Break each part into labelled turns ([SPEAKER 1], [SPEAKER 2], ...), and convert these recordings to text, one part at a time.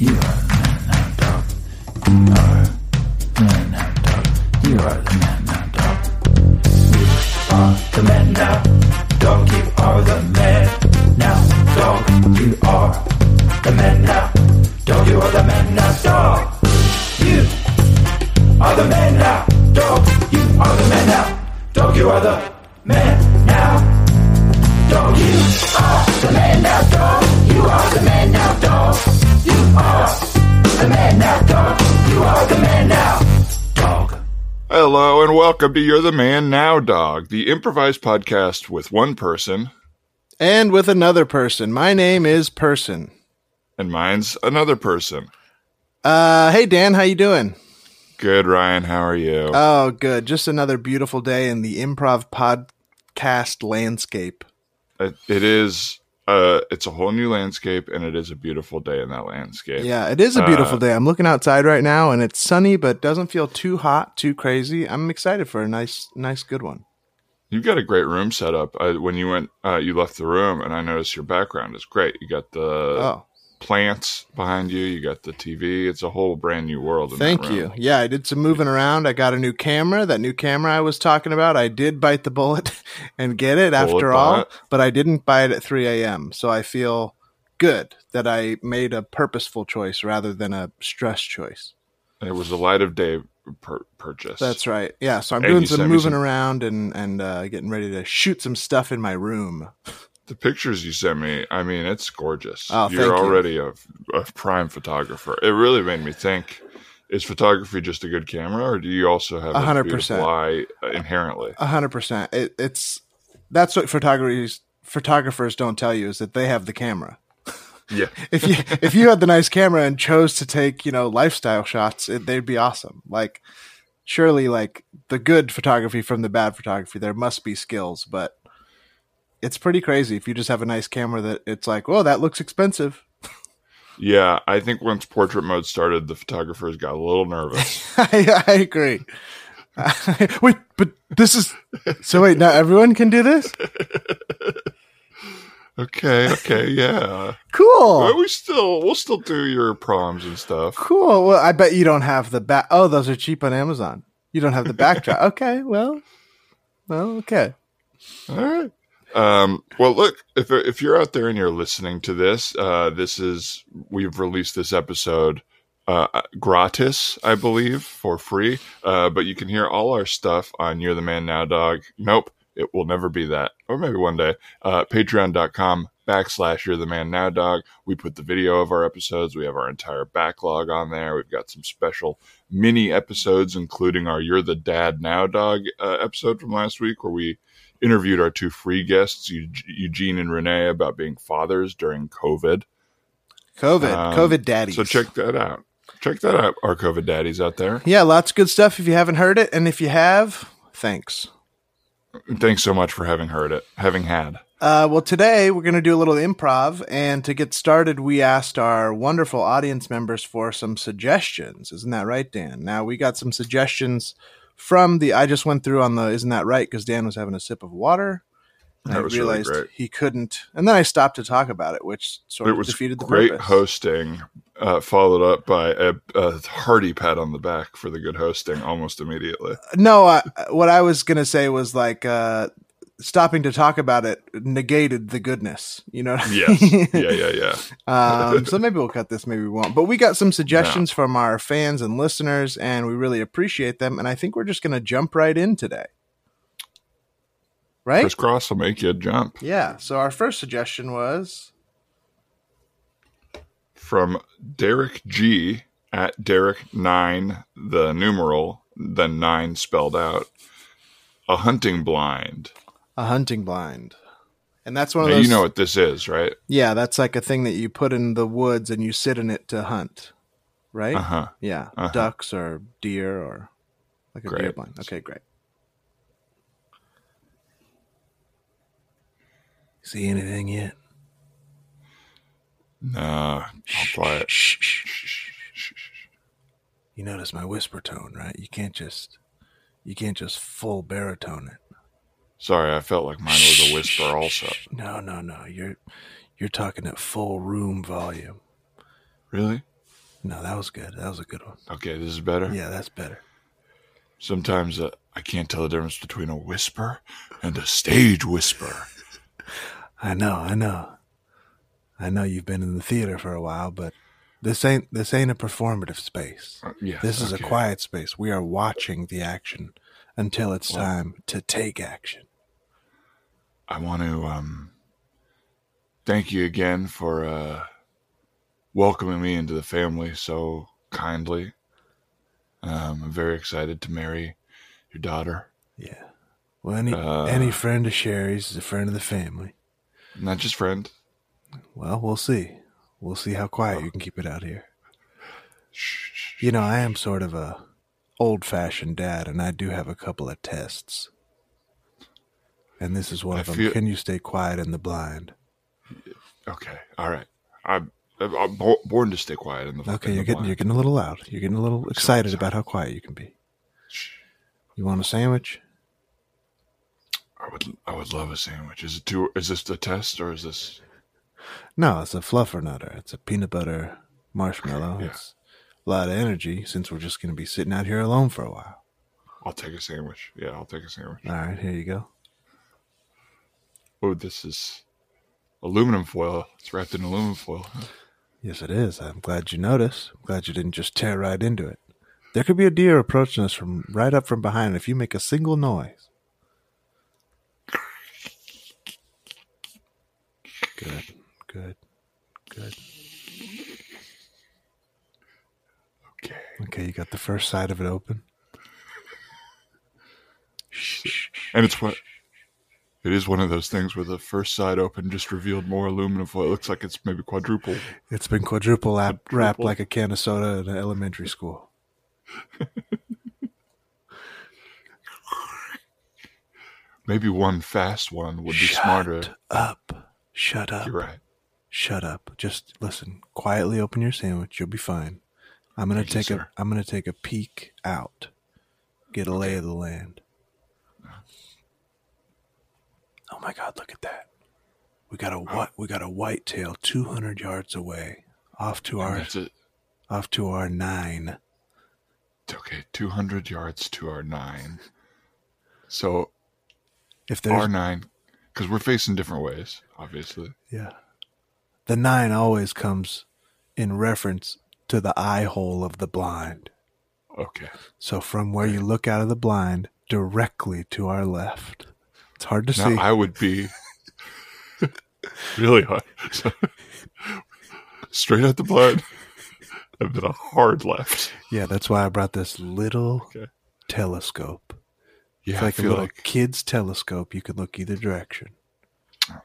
[SPEAKER 1] You are the man now, dog. You are the man now, dog. You are the man now, dog. You are the man now, dog. You are the man now, dog. You are the man now, dog. You are the man now, dog. You are the man now, dog. You are the man now, dog. You are the man now. Dog, you are the man now, dog. You are the man now, dog. You are the man now, dog. You are the man now, dog.
[SPEAKER 2] Hello and welcome to You're the Man Now Dog, the improvised podcast with one person,
[SPEAKER 3] and with another person. My name is Person.
[SPEAKER 2] and mine's another person.
[SPEAKER 3] Uh, hey Dan, how you doing?
[SPEAKER 2] Good, Ryan. How are you?
[SPEAKER 3] Oh, good. Just another beautiful day in the improv podcast landscape.
[SPEAKER 2] It- it is. Uh, it's a whole new landscape, and it is a beautiful day in that landscape.
[SPEAKER 3] Yeah, it is a beautiful
[SPEAKER 2] Uh,
[SPEAKER 3] day. I'm looking outside right now, and it's sunny, but doesn't feel too hot, too crazy. I'm excited for a nice, nice, good one.
[SPEAKER 2] You've got a great room set up. I, when you went, uh, you left the room, and I noticed your background is great. You got the
[SPEAKER 3] Oh,
[SPEAKER 2] plants behind you. You got the TV. It's a whole brand new world. In
[SPEAKER 3] thank
[SPEAKER 2] that room.
[SPEAKER 3] you. Yeah, I did some moving around. I got a new camera. That new camera I was talking about, I did bite the bullet and get it
[SPEAKER 2] Bullet
[SPEAKER 3] after all,
[SPEAKER 2] bite.
[SPEAKER 3] but I didn't buy it at 3 a.m. So I feel good that I made a purposeful choice rather than a stress choice.
[SPEAKER 2] It was a light of day pur- purchase.
[SPEAKER 3] That's right. Yeah. So I'm
[SPEAKER 2] And
[SPEAKER 3] doing
[SPEAKER 2] you
[SPEAKER 3] some
[SPEAKER 2] sent me
[SPEAKER 3] moving
[SPEAKER 2] some-
[SPEAKER 3] around and and uh, getting ready to shoot some stuff in my room.
[SPEAKER 2] The pictures you sent me, I mean, it's gorgeous.
[SPEAKER 3] Oh,
[SPEAKER 2] You're
[SPEAKER 3] thank you.
[SPEAKER 2] already A, a prime photographer. It really made me think is photography just a good camera, or do you also have
[SPEAKER 3] A
[SPEAKER 2] a
[SPEAKER 3] hundred
[SPEAKER 2] 100%
[SPEAKER 3] percent.
[SPEAKER 2] eye uh, inherently?
[SPEAKER 3] A hundred percent. It, it's that's what photographers photographers don't tell you is that they have the camera.
[SPEAKER 2] Yeah.
[SPEAKER 3] if you if you had the nice camera and chose to take you know lifestyle shots, it, they'd be awesome. Like surely, like the good photography from the bad photography, there must be skills, but it's pretty crazy if you just have a nice camera that it's like, whoa, that looks expensive.
[SPEAKER 2] Yeah. I think once portrait mode started, the photographers got a little nervous.
[SPEAKER 3] I, I agree. wait, but this is so. Wait, now everyone can do this.
[SPEAKER 2] okay. Okay.
[SPEAKER 3] Oh.
[SPEAKER 2] Yeah. But
[SPEAKER 3] Cool,
[SPEAKER 2] we still, we'll still do your proms and stuff.
[SPEAKER 3] cool. Well, I bet you don't have the back. Oh, those are cheap on Amazon. You don't have the backdrop. Okay, well, well, okay.
[SPEAKER 2] All right. Um, well, look, if, if you're out there and you're listening to this, uh, this is, we've released this episode uh, gratis, I believe, for free. Uh, but you can hear all our stuff on You're the Man Now Dog. Nope, it will never be that. Or maybe one day. Uh, Patreon.com backslash You're the Man Now Dog. We put the video of our episodes. We have our entire backlog on there. We've got some special mini episodes, including our You're the Dad Now Dog uh, episode from last week where we interviewed our two free guests, Eug- Eugene and Renee, about being fathers during COVID.
[SPEAKER 3] COVID,
[SPEAKER 2] Um,
[SPEAKER 3] COVID daddies.
[SPEAKER 2] So check that out. Check that out, our COVID daddies out there.
[SPEAKER 3] Yeah, lots of good stuff if you haven't heard it. And if you have, thanks.
[SPEAKER 2] Thanks so much for having heard it, having had.
[SPEAKER 3] Uh, well, today we're going to do a little improv. And to get started, we asked our wonderful audience members for some suggestions. Isn't that right, Dan? Now, we got some suggestions from the I just went through on the Isn't That Right? because Dan was having a sip of water. And
[SPEAKER 2] That
[SPEAKER 3] I
[SPEAKER 2] was really
[SPEAKER 3] realized
[SPEAKER 2] great.
[SPEAKER 3] he couldn't. And then I stopped to talk about it, which sort
[SPEAKER 2] It
[SPEAKER 3] of
[SPEAKER 2] was
[SPEAKER 3] defeated the
[SPEAKER 2] great
[SPEAKER 3] purpose.
[SPEAKER 2] hosting, uh, followed up by a, a hearty pat on the back for the good hosting almost immediately.
[SPEAKER 3] no I, what i was gonna say was like uh stopping to talk about it negated the goodness you know what I
[SPEAKER 2] Yes.
[SPEAKER 3] mean?
[SPEAKER 2] yeah, yeah, yeah.
[SPEAKER 3] um so maybe we'll cut this maybe we won't but we got some suggestions from our fans and listeners and we really appreciate them and i think we're just gonna jump right in today right
[SPEAKER 2] Crisscross will make you jump
[SPEAKER 3] yeah so our first suggestion was
[SPEAKER 2] from Derek G at Derek nine, the numeral, then nine spelled out. A hunting blind.
[SPEAKER 3] a hunting blind and Oh, that's one of
[SPEAKER 2] Now,
[SPEAKER 3] those
[SPEAKER 2] you know what this is, right?
[SPEAKER 3] yeah that's like a thing that you put in the woods and you sit in it to hunt right
[SPEAKER 2] Uh huh.
[SPEAKER 3] Yeah,
[SPEAKER 2] Uh-huh.
[SPEAKER 3] ducks or deer or like a deer
[SPEAKER 2] Great.
[SPEAKER 3] blind. Okay, great. See anything yet?
[SPEAKER 2] Nah, all quiet.
[SPEAKER 3] Shh, shh, shh, shh, shh, shh. You notice my whisper tone, right? You can't just you can't just full baritone it.
[SPEAKER 2] Sorry, I felt like mine was a whisper also.
[SPEAKER 3] No, no, no. You're you're talking at full room volume.
[SPEAKER 2] Really?
[SPEAKER 3] No, that was good. That was a good one.
[SPEAKER 2] Okay, this is better.
[SPEAKER 3] Yeah, that's better.
[SPEAKER 2] Sometimes uh, I can't tell the difference between a whisper and a stage whisper.
[SPEAKER 3] I know, I know. I know you've been in the theater for a while, but this ain't this ain't a performative space.
[SPEAKER 2] Uh, yeah,
[SPEAKER 3] This is
[SPEAKER 2] okay.
[SPEAKER 3] a quiet space. We are watching the action until it's time to take action.
[SPEAKER 2] I want to um, thank you again for uh, welcoming me into the family so kindly. Um, I'm very excited to marry your daughter.
[SPEAKER 3] Yeah. Well, any
[SPEAKER 2] Uh.
[SPEAKER 3] any friend of Sherry's is a friend of the family.
[SPEAKER 2] Not just friend.
[SPEAKER 3] Well, we'll see. We'll see how quiet
[SPEAKER 2] Oh.
[SPEAKER 3] you can keep it out here.
[SPEAKER 2] Shh, shh.
[SPEAKER 3] You know, I am sort of a old-fashioned dad, and I do have a couple of tests. And this is one
[SPEAKER 2] I
[SPEAKER 3] of them.
[SPEAKER 2] feel-
[SPEAKER 3] Can you stay quiet in the blind?
[SPEAKER 2] Okay. All right. I'm, I'm bo- born to stay quiet in the
[SPEAKER 3] Okay,
[SPEAKER 2] in
[SPEAKER 3] you're
[SPEAKER 2] the
[SPEAKER 3] getting you're
[SPEAKER 2] blind.
[SPEAKER 3] getting a little loud. You're getting a little excited about how quiet you can be.
[SPEAKER 2] Shh.
[SPEAKER 3] You want a sandwich?
[SPEAKER 2] I would I would love a sandwich. Is it too? Is this a test or is this?
[SPEAKER 3] No, it's a fluffer nutter. It's a peanut butter marshmallow.
[SPEAKER 2] Yeah.
[SPEAKER 3] It's a lot of energy since we're just going to be sitting out here alone for a while.
[SPEAKER 2] I'll take a sandwich. Yeah, I'll take a sandwich.
[SPEAKER 3] All right, here you go.
[SPEAKER 2] Oh, this is aluminum foil. It's wrapped in aluminum foil.
[SPEAKER 3] Yes, it is. I'm glad you noticed. I'm glad you didn't just tear right into it. There could be a deer approaching us from right up from behind if you make a single noise. Good, good, good.
[SPEAKER 2] Okay.
[SPEAKER 3] Okay, you got the first side of it open.
[SPEAKER 2] And it's what. It is one of those things where the first side open just revealed more aluminum foil. It looks like it's maybe quadruple.
[SPEAKER 3] It's been quadruple lap, wrapped
[SPEAKER 2] Quadruple.
[SPEAKER 3] like a can of soda in an elementary school.
[SPEAKER 2] Maybe one fast one would be smarter.
[SPEAKER 3] up. Shut up.
[SPEAKER 2] You're right.
[SPEAKER 3] Shut up. Just listen. Quietly open your sandwich. You'll be fine. I'm gonna
[SPEAKER 2] Thank you,
[SPEAKER 3] take a
[SPEAKER 2] sir.
[SPEAKER 3] am gonna take a peek out. Get a lay of the land. Oh my god, look at that. We got a what we got a whitetail two hundred yards away. Off to
[SPEAKER 2] And
[SPEAKER 3] our
[SPEAKER 2] That's it.
[SPEAKER 3] off to our nine.
[SPEAKER 2] Okay, 200 yards to our nine. So
[SPEAKER 3] If there's
[SPEAKER 2] our nine, because we're facing different ways, obviously.
[SPEAKER 3] yeah. The nine always comes in reference to the eye hole of the blind.
[SPEAKER 2] Okay.
[SPEAKER 3] So from where you look out of the blind, directly to our left. It's hard to
[SPEAKER 2] Now
[SPEAKER 3] see.
[SPEAKER 2] I would be really hard. So, straight out the blood. I've been a hard left.
[SPEAKER 3] yeah, that's why I brought this little
[SPEAKER 2] Okay.
[SPEAKER 3] telescope.
[SPEAKER 2] Yeah,
[SPEAKER 3] It's
[SPEAKER 2] I
[SPEAKER 3] like a
[SPEAKER 2] feel
[SPEAKER 3] little
[SPEAKER 2] like
[SPEAKER 3] kid's telescope. You could look either direction.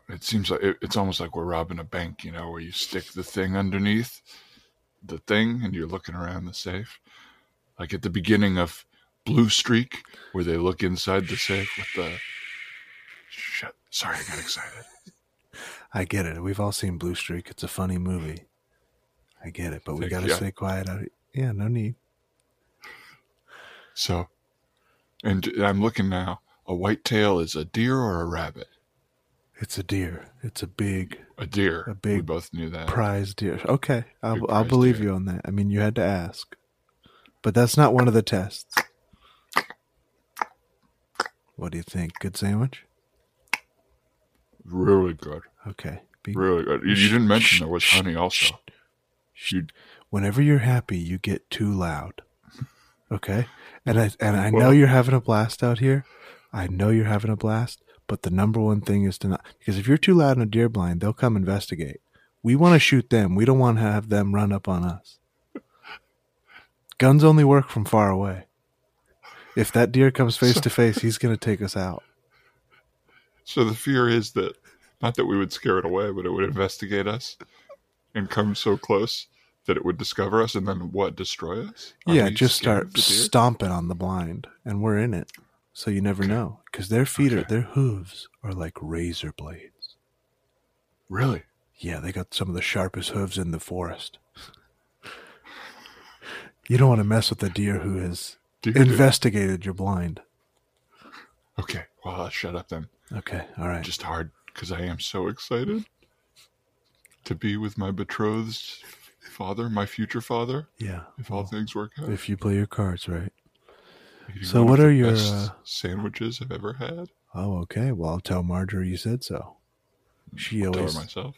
[SPEAKER 2] it seems like it, it's almost like we're robbing a bank, you know, where you stick the thing underneath the thing and you're looking around the safe. Like at the beginning of Blue Streak, where they look inside the safe with the. Shut. Sorry, I got excited.
[SPEAKER 3] I get it. We've all seen Blue Streak. It's a funny movie. I get it, but we
[SPEAKER 2] Thank
[SPEAKER 3] got to
[SPEAKER 2] you.
[SPEAKER 3] stay quiet. out Yeah, no need.
[SPEAKER 2] So, and I'm looking now. A white tail is a deer or a rabbit?
[SPEAKER 3] It's a deer. It's a big
[SPEAKER 2] A deer.
[SPEAKER 3] A big
[SPEAKER 2] we both knew that.
[SPEAKER 3] prize deer. Okay, I'll,
[SPEAKER 2] Big
[SPEAKER 3] I'll
[SPEAKER 2] prize
[SPEAKER 3] believe
[SPEAKER 2] deer.
[SPEAKER 3] you on that. I mean, you had to ask, but that's not one of the tests. What do you think? Good sandwich.
[SPEAKER 2] really good.
[SPEAKER 3] Okay. Be,
[SPEAKER 2] Really good. You, you didn't mention there was honey also. You,
[SPEAKER 3] whenever you're happy, you get too loud. Okay, and I and I know
[SPEAKER 2] Well-
[SPEAKER 3] you're having a blast out here. I know you're having a blast, but the number one thing is to not because if you're too loud in a deer blind, they'll come investigate. We want to shoot them. We don't want to have them run up on us. Guns only work from far away. If that deer comes face to face, he's going to take us out.
[SPEAKER 2] so the fear is that, not that we would scare it away, but it would investigate us and come so close that it would discover us and then what? Destroy us? Are
[SPEAKER 3] yeah,
[SPEAKER 2] we
[SPEAKER 3] just
[SPEAKER 2] scared of
[SPEAKER 3] start
[SPEAKER 2] the deer?
[SPEAKER 3] stomping on the blind, and we're in it. So you never know, because their feet are
[SPEAKER 2] Okay.
[SPEAKER 3] their hooves are like razor blades.
[SPEAKER 2] Really?
[SPEAKER 3] Yeah, they got some of the sharpest hooves in the forest. You don't want to mess with a deer who has
[SPEAKER 2] Deer, deer.
[SPEAKER 3] investigated your blind.
[SPEAKER 2] okay. Well, I'll shut up then.
[SPEAKER 3] Okay, all right.
[SPEAKER 2] Just hard because I am so excited to be with my betrothed father, my future father,
[SPEAKER 3] Yeah.
[SPEAKER 2] if all things work out.
[SPEAKER 3] If you play your cards right.
[SPEAKER 2] Eating
[SPEAKER 3] so
[SPEAKER 2] one
[SPEAKER 3] what
[SPEAKER 2] of the
[SPEAKER 3] are your,
[SPEAKER 2] best
[SPEAKER 3] uh,
[SPEAKER 2] sandwiches I've ever had?
[SPEAKER 3] Oh, okay. Well, I'll tell Marjorie you said so. She
[SPEAKER 2] Tell her
[SPEAKER 3] always
[SPEAKER 2] myself.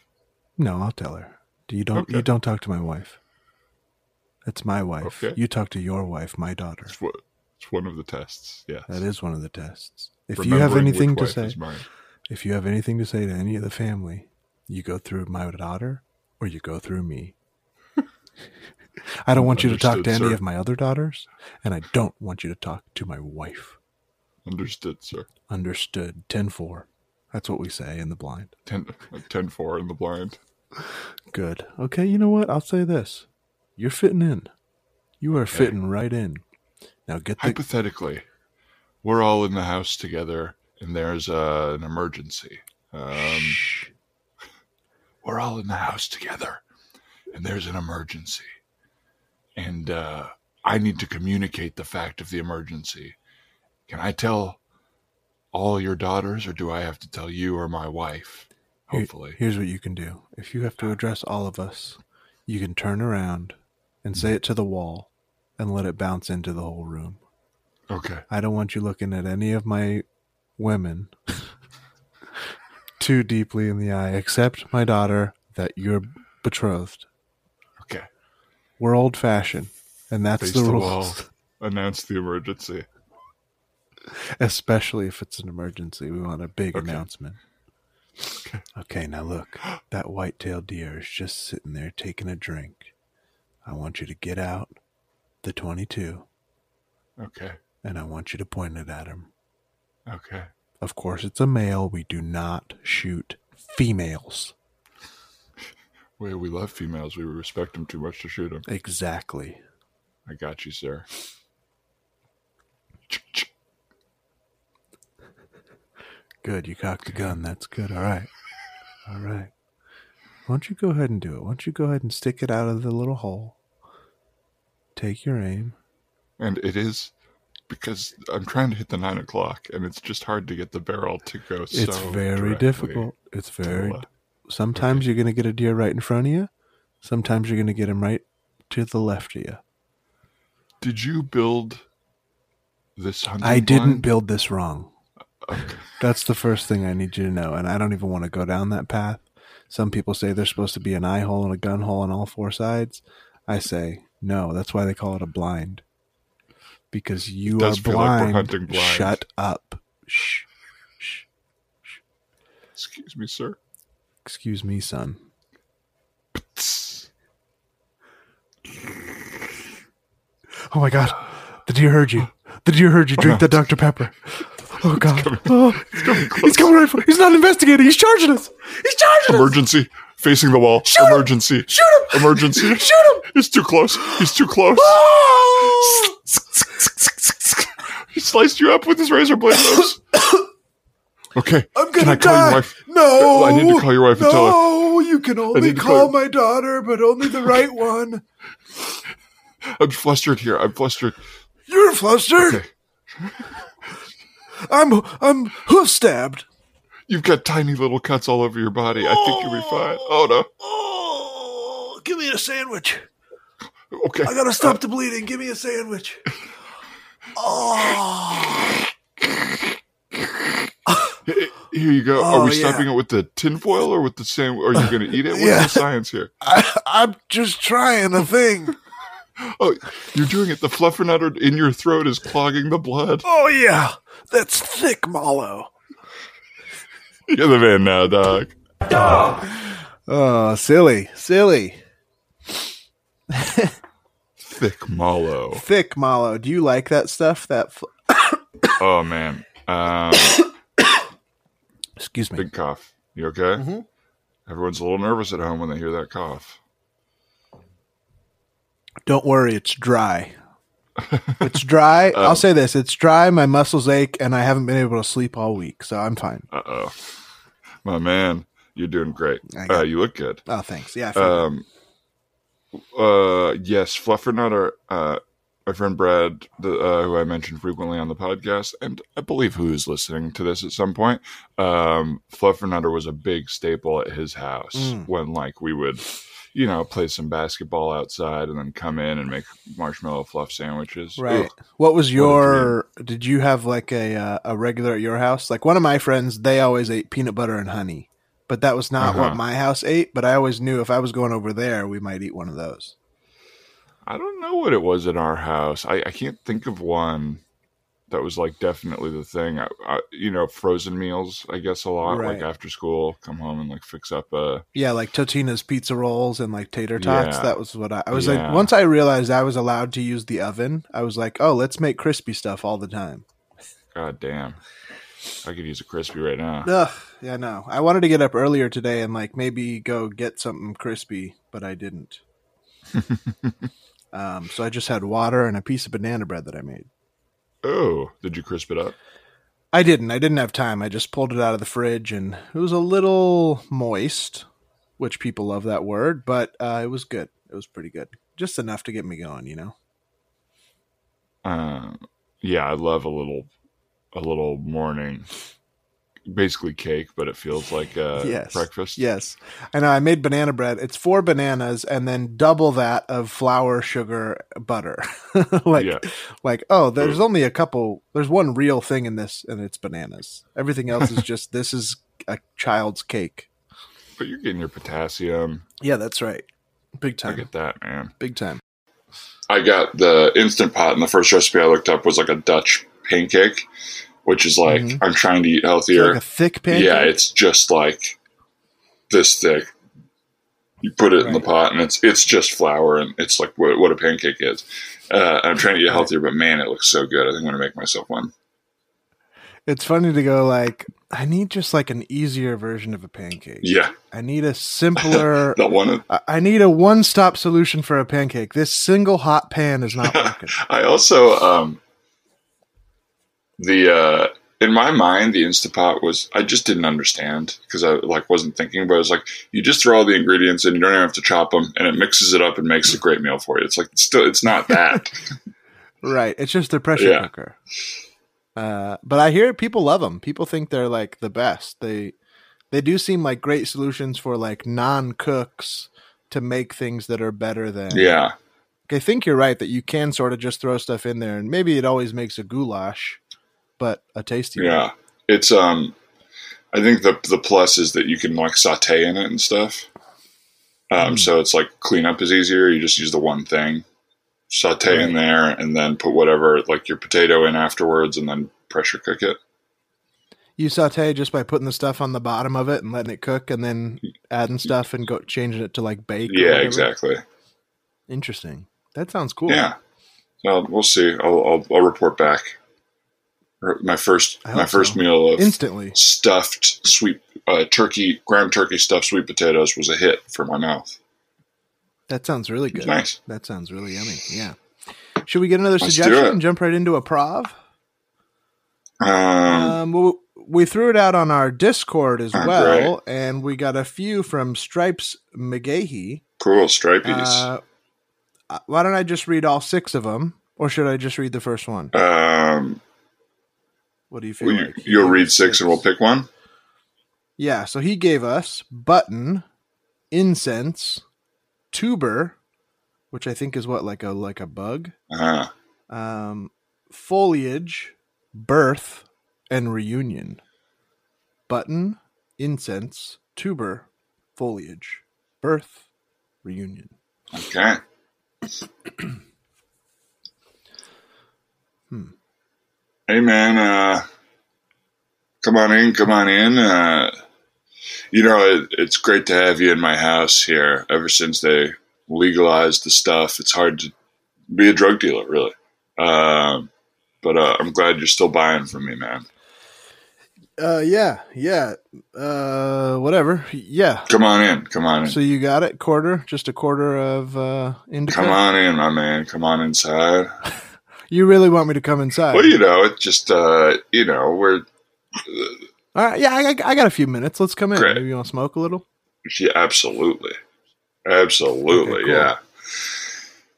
[SPEAKER 3] No, I'll tell her. Do you don't
[SPEAKER 2] Okay.
[SPEAKER 3] you don't talk to my wife. That's my wife.
[SPEAKER 2] Okay.
[SPEAKER 3] You talk to your wife, my daughter.
[SPEAKER 2] It's, what, it's one of the tests. Yes.
[SPEAKER 3] That is one of the tests. If you
[SPEAKER 2] Remembering
[SPEAKER 3] have anything
[SPEAKER 2] which
[SPEAKER 3] to
[SPEAKER 2] wife
[SPEAKER 3] say,
[SPEAKER 2] is mine.
[SPEAKER 3] if you have anything to say to any of the family, you go through my daughter or you go through me. I don't want you to talk to
[SPEAKER 2] Understood,
[SPEAKER 3] any
[SPEAKER 2] sir.
[SPEAKER 3] of my other daughters, and I don't want you to talk to my wife.
[SPEAKER 2] Understood, sir.
[SPEAKER 3] Understood. 10 4. That's what we say in the blind.
[SPEAKER 2] 10, 10 4 uh, in the blind.
[SPEAKER 3] Good. Okay, you know what? I'll say this. You're fitting in. You are fitting right in. Now get the.
[SPEAKER 2] Hypothetically, we're all in the house together and there's uh, an emergency. Um,
[SPEAKER 3] Shh.
[SPEAKER 2] we're all in the house together and there's an emergency and uh, i need to communicate the fact of the emergency can i tell all your daughters or do i have to tell you or my wife
[SPEAKER 3] Here-
[SPEAKER 2] hopefully
[SPEAKER 3] here's what you can do. If you have to address all of us, you can turn around and say it to the wall and let it bounce into the whole room.
[SPEAKER 2] okay
[SPEAKER 3] I don't want you looking at any of my women too deeply in the eye, except my daughter that you're betrothed.
[SPEAKER 2] okay
[SPEAKER 3] We're old fashioned, and that's
[SPEAKER 2] Face
[SPEAKER 3] the
[SPEAKER 2] the
[SPEAKER 3] rules,
[SPEAKER 2] wall. announce the emergency
[SPEAKER 3] especially if it's an emergency. We want a big
[SPEAKER 2] Okay.
[SPEAKER 3] announcement. Okay, now look, that white tailed deer is just sitting there taking a drink. I want you to get out the 22
[SPEAKER 2] okay
[SPEAKER 3] and I want you to point it at him.
[SPEAKER 2] okay
[SPEAKER 3] Of course, it's a male. We do not shoot females.
[SPEAKER 2] we, we love females we respect them too much to shoot them
[SPEAKER 3] Exactly.
[SPEAKER 2] i got you sir
[SPEAKER 3] Good. You cocked the gun. That's good. All right. All right. Why don't you go ahead and do it? Why don't you go ahead and stick it out of the little hole? Take your aim.
[SPEAKER 2] and it is because i'm trying to hit the nine o'clock and it's just hard to get the barrel to go
[SPEAKER 3] It's
[SPEAKER 2] so
[SPEAKER 3] very
[SPEAKER 2] directly.
[SPEAKER 3] difficult. It's very.
[SPEAKER 2] left.
[SPEAKER 3] Sometimes you're going to get a deer right in front of you. Sometimes you're going to get him right to the left of you.
[SPEAKER 2] Did you build this hunting?
[SPEAKER 3] I didn't
[SPEAKER 2] blind?
[SPEAKER 3] build this wrong. That's the first thing I need you to know. And I don't even want to go down that path. Some people say there's supposed to be an eye hole and a gun hole on all four sides. I say, no, that's why they call it a blind. Because you are
[SPEAKER 2] does feel like we're
[SPEAKER 3] blind.
[SPEAKER 2] hunting blind.
[SPEAKER 3] Shut up. Shh. Shh.
[SPEAKER 2] Excuse me, sir.
[SPEAKER 3] Excuse me, son. Oh my God. The deer heard you. The deer heard you drink the Dr. Pepper. Oh God. Oh, he's coming right for He's not investigating. He's charging us. He's charging us.
[SPEAKER 2] Emergency. Facing the wall.
[SPEAKER 3] Shoot him!
[SPEAKER 2] Emergency.
[SPEAKER 3] Shoot him.
[SPEAKER 2] Emergency.
[SPEAKER 3] Shoot Ah! him.
[SPEAKER 2] He's too close. He's too close.
[SPEAKER 3] Oh!
[SPEAKER 2] he sliced you up with his razor blade. Nose. okay.
[SPEAKER 3] I'm
[SPEAKER 2] Can
[SPEAKER 3] gonna
[SPEAKER 2] I call
[SPEAKER 3] die.
[SPEAKER 2] your wife?
[SPEAKER 3] No.
[SPEAKER 2] I need to call your wife and tell her.
[SPEAKER 3] No, you can only
[SPEAKER 2] need to call-
[SPEAKER 3] call my daughter, but only the right one.
[SPEAKER 2] I'm flustered here. I'm flustered.
[SPEAKER 3] You're flustered.
[SPEAKER 2] Okay.
[SPEAKER 3] I'm I'm hoof stabbed.
[SPEAKER 2] You've got tiny little cuts all over your body. I think you'll be fine. Oh no.
[SPEAKER 3] Oh, give me a sandwich.
[SPEAKER 2] Okay.
[SPEAKER 3] I gotta stop the bleeding. Give me a sandwich. Oh,
[SPEAKER 2] Here you go.
[SPEAKER 3] Oh,
[SPEAKER 2] Are we
[SPEAKER 3] yeah.
[SPEAKER 2] stopping it with the tinfoil or with the same? Are you going to eat it? What's
[SPEAKER 3] Yeah.
[SPEAKER 2] the science here?
[SPEAKER 3] I, I'm just trying a thing.
[SPEAKER 2] Oh, you're doing it. The fluffernutter in your throat is clogging the blood.
[SPEAKER 3] Oh yeah, that's thick mallow.
[SPEAKER 2] You're the man now, dog.
[SPEAKER 3] Oh, silly, silly,
[SPEAKER 2] Thick mallow.
[SPEAKER 4] Thick mallow. Do you like that stuff? That fl-
[SPEAKER 2] Oh man. Um,
[SPEAKER 3] Excuse me.
[SPEAKER 2] big cough. You okay?
[SPEAKER 3] Mm-hmm.
[SPEAKER 2] Everyone's a little nervous at home when they hear that cough.
[SPEAKER 3] Don't worry, it's dry. It's dry.
[SPEAKER 2] Oh.
[SPEAKER 3] I'll say this: it's dry. My muscles ache, and I haven't been able to sleep all week, so I'm fine.
[SPEAKER 2] Uh oh. My man, you're doing great.
[SPEAKER 4] I got
[SPEAKER 2] Uh, you look good.
[SPEAKER 4] oh, thanks. Yeah. I feel-
[SPEAKER 2] Um. Uh. Yes, Fluffernutter. Uh. My friend Brad, the, uh, who I mentioned frequently on the podcast, and I believe who is listening to this at some point, um, Fluffernutter was a big staple at his house
[SPEAKER 3] Mm.
[SPEAKER 2] when, like, we would, you know, play some basketball outside and then come in and make marshmallow fluff sandwiches.
[SPEAKER 3] Right.
[SPEAKER 2] Ugh.
[SPEAKER 3] What was
[SPEAKER 2] a
[SPEAKER 3] your? did you have like a uh, a regular at your house? Like one of my friends, they always ate peanut butter and honey, but that was not
[SPEAKER 2] Uh-huh.
[SPEAKER 3] what my house ate. But I always knew if I was going over there, we might eat one of those.
[SPEAKER 2] I don't know what it was at our house. I, I can't think of one that was like definitely the thing. I, I, you know, frozen meals, I guess, a lot.
[SPEAKER 3] Right.
[SPEAKER 2] Like after school, come home and like fix up a.
[SPEAKER 3] Yeah, like Totina's pizza rolls and like tater tots.
[SPEAKER 2] Yeah.
[SPEAKER 3] That was what I, I was
[SPEAKER 2] Yeah.
[SPEAKER 3] like. Once I realized I was allowed to use the oven, I was like, oh, let's make crispy stuff all the time.
[SPEAKER 2] God damn. I could use a crispy right now.
[SPEAKER 3] Ugh, yeah, no. I wanted to get up earlier today and like maybe go get something crispy, but I didn't. um, so I just had water and a piece of banana bread that I made.
[SPEAKER 2] Oh, did you crisp it up?
[SPEAKER 3] I didn't. I didn't have time. I just pulled it out of the fridge and it was a little moist, which people love that word, but uh, it was good. It was pretty good. Just enough to get me going, you know?
[SPEAKER 2] Uh, yeah, I love a little, a little morning, basically cake, but it feels like uh,
[SPEAKER 3] Yes.
[SPEAKER 2] breakfast.
[SPEAKER 3] Yes. I know. I made banana bread. It's four bananas and then double that of flour, sugar, butter. like,
[SPEAKER 2] Yeah.
[SPEAKER 3] like oh, there's only a couple. There's one real thing in this, and it's bananas. Everything else is just this is a child's cake.
[SPEAKER 2] but you're getting your potassium.
[SPEAKER 3] Yeah, that's right. Big
[SPEAKER 2] I
[SPEAKER 3] time.
[SPEAKER 2] get that, man.
[SPEAKER 3] Big time.
[SPEAKER 2] I got the instant pot, and the first recipe I looked up was like a Dutch pancake, which is like
[SPEAKER 3] Mhm.
[SPEAKER 2] I'm trying to eat
[SPEAKER 3] It's
[SPEAKER 2] healthier.
[SPEAKER 3] like a thick pancake.
[SPEAKER 2] Yeah, it's just like this thick. You put it in the
[SPEAKER 3] Right.
[SPEAKER 2] pot, and it's it's just flour, and it's like what, what a pancake is. Uh, I'm trying to eat healthier, but man, it looks so good. I think I'm gonna make myself one.
[SPEAKER 3] It's funny to go like, I need just like an easier version of a pancake.
[SPEAKER 2] Yeah,
[SPEAKER 3] I need a simpler.
[SPEAKER 2] that one.
[SPEAKER 3] I I need a one-stop solution for a pancake. This single hot pan is not working.
[SPEAKER 2] I also um the uh in my mind the Instapot was I just didn't understand because I like wasn't thinking, but it was like you just throw all the ingredients in, you don't even have to chop them, and it mixes it up and makes a great meal for you. It's like it's still it's not that.
[SPEAKER 3] Right. It's just their pressure
[SPEAKER 2] Yeah.
[SPEAKER 3] cooker. Uh, but I hear people love them. People think they're like the best. They they do seem like great solutions for like non cooks to make things that are better than.
[SPEAKER 2] yeah.
[SPEAKER 3] I think you're right that you can sort of just throw stuff in there, and maybe it always makes a goulash, but a tasty. one.
[SPEAKER 2] Yeah. It's um I think the the plus is that you can like saute in it and stuff. Um
[SPEAKER 3] Mm.
[SPEAKER 2] so it's like cleanup is easier. You just use the one thing. Saute in
[SPEAKER 3] Right.
[SPEAKER 2] there and then put whatever like your potato in afterwards and then pressure cook it.
[SPEAKER 3] You saute just by putting the stuff on the bottom of it and letting it cook, and then adding stuff and go changing it to like bake. or
[SPEAKER 2] Yeah,
[SPEAKER 3] whatever.
[SPEAKER 2] exactly.
[SPEAKER 3] Interesting. That sounds cool.
[SPEAKER 2] Yeah. Well, we'll see. I'll, I'll, I'll report back. Or My first
[SPEAKER 3] I
[SPEAKER 2] my
[SPEAKER 3] hope
[SPEAKER 2] first
[SPEAKER 3] so.
[SPEAKER 2] meal of
[SPEAKER 3] Instantly.
[SPEAKER 2] stuffed sweet uh, turkey ground turkey stuffed sweet potatoes was a hit for my mouth.
[SPEAKER 3] That sounds really
[SPEAKER 2] It's
[SPEAKER 3] good.
[SPEAKER 2] nice.
[SPEAKER 3] That sounds really yummy. Yeah. Should we get another
[SPEAKER 2] Let's do
[SPEAKER 3] suggestion
[SPEAKER 2] it.
[SPEAKER 3] and jump right into a prov?
[SPEAKER 2] Um,
[SPEAKER 3] Um, we, we threw it out on our Discord as
[SPEAKER 2] All
[SPEAKER 3] well, and we got a few from Stripes McGahee.
[SPEAKER 2] cool stripies.
[SPEAKER 3] Uh, uh, why don't I just read all six of them, or should I just read the first one?
[SPEAKER 2] um,
[SPEAKER 3] What do you feel?
[SPEAKER 2] will you,
[SPEAKER 3] like? He
[SPEAKER 2] you'll
[SPEAKER 3] gave
[SPEAKER 2] read
[SPEAKER 3] us
[SPEAKER 2] six and we'll pick one.
[SPEAKER 3] Yeah, so he gave us button, incense, tuber, which I think is what like a like a bug.
[SPEAKER 2] Uh,
[SPEAKER 3] um, foliage, birth, and reunion. Button, incense, tuber, foliage, birth, reunion.
[SPEAKER 2] okay.
[SPEAKER 3] Hmm.
[SPEAKER 2] Hey man, uh, come on in, come on in. Uh, you know, it, it's great to have you in my house here. Ever since they legalized the stuff, it's hard to be a drug dealer, really. Um, but uh, I'm glad you're still buying from me, man.
[SPEAKER 3] Uh, yeah, yeah, uh, whatever, yeah.
[SPEAKER 2] Come on in, come on in,
[SPEAKER 3] So you got it, quarter, just a quarter of uh, indica.
[SPEAKER 2] come on in, my man. Come on inside.
[SPEAKER 3] You really want me to come inside?
[SPEAKER 2] Well, you know, it just uh, you know, we're
[SPEAKER 3] All right, yeah, I, I- I got a few minutes. Let's come in.
[SPEAKER 2] Great.
[SPEAKER 3] Maybe you want to smoke a little.
[SPEAKER 2] yeah, absolutely, absolutely,
[SPEAKER 3] Okay, cool.
[SPEAKER 2] yeah,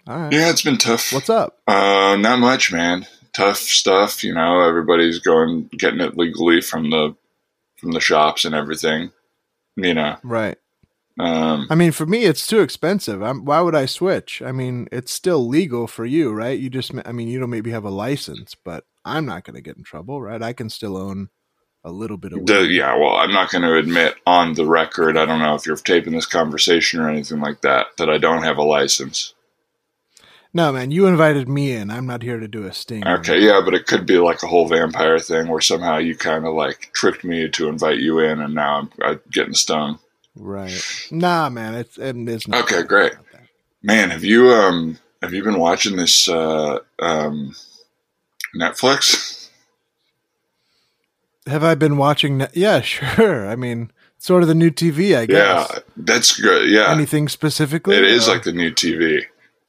[SPEAKER 3] All right.
[SPEAKER 2] yeah. It's been tough.
[SPEAKER 3] What's up?
[SPEAKER 2] Uh, not much, man. Tough stuff, you know. Everybody's going getting it legally from the from the shops and everything. You know,
[SPEAKER 3] Right.
[SPEAKER 2] Um,
[SPEAKER 3] I mean, for me, it's too expensive. I'm, why would I switch? I mean, it's still legal for you, right? You just, I mean, you don't maybe have a license, but I'm not going to get in trouble, right? I can still own a little bit of.
[SPEAKER 2] the- yeah, well, I'm not going to admit on the record. I don't know if you're taping this conversation or anything like that that I don't have a license.
[SPEAKER 3] No, man, you invited me in. I'm not here to do a sting.
[SPEAKER 2] Okay, yeah, but it could be like a whole vampire thing where somehow you kind of like tricked me to invite you in, and now I'm, I'm getting stung.
[SPEAKER 3] Right. Nah, man. It's, and it's not
[SPEAKER 2] Okay, great. Man, have you um have you been watching this uh, um, Netflix?
[SPEAKER 3] Have I been watching? Net- yeah, sure. I mean, it's sort of the new TV, I
[SPEAKER 2] Yeah,
[SPEAKER 3] guess.
[SPEAKER 2] that's good. Yeah,
[SPEAKER 3] Anything specifically? Uh,
[SPEAKER 2] It is
[SPEAKER 3] or-
[SPEAKER 2] like the new TV.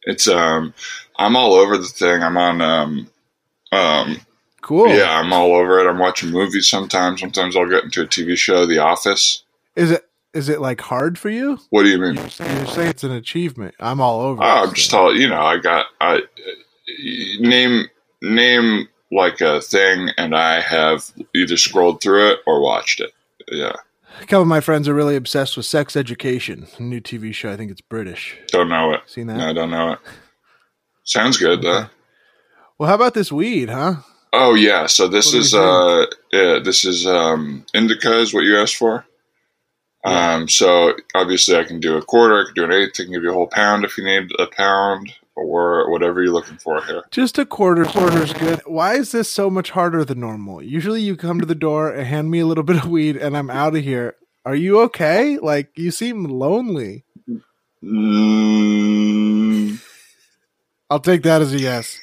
[SPEAKER 2] It's um, I'm all over the thing. I'm on um, um,
[SPEAKER 3] cool.
[SPEAKER 2] yeah, I'm all over it. I'm watching movies sometimes. Sometimes I'll get into a TV show, The Office.
[SPEAKER 3] Is it is it like hard for you?
[SPEAKER 2] What do you mean?
[SPEAKER 3] You're saying it's an achievement. I'm all over.
[SPEAKER 2] Oh,
[SPEAKER 3] this
[SPEAKER 2] I'm just
[SPEAKER 3] thing.
[SPEAKER 2] all you know. I got I name name like a thing, and I have either scrolled through it or watched it. Yeah,
[SPEAKER 3] A couple of my friends are really obsessed with Sex Education, a new TV show. I think it's British.
[SPEAKER 2] don't know it.
[SPEAKER 3] Seen that?
[SPEAKER 2] No, I don't know it. Sounds good though.
[SPEAKER 3] Well, how about this weed, huh?
[SPEAKER 2] Oh yeah, so this
[SPEAKER 3] What do we
[SPEAKER 2] is
[SPEAKER 3] think?
[SPEAKER 2] uh, yeah, this is um, indica is what you asked for. Um, so obviously I can do a quarter, I can do an eighth, I can give you a whole pound if you need a pound or whatever you're looking for here.
[SPEAKER 3] Just a quarter. Quarter's good. Why is this so much harder than normal? Usually, you come to the door and hand me a little bit of weed, and I'm out of here. Are you okay? Like you seem lonely.
[SPEAKER 2] Mm,
[SPEAKER 3] I'll take that as a yes.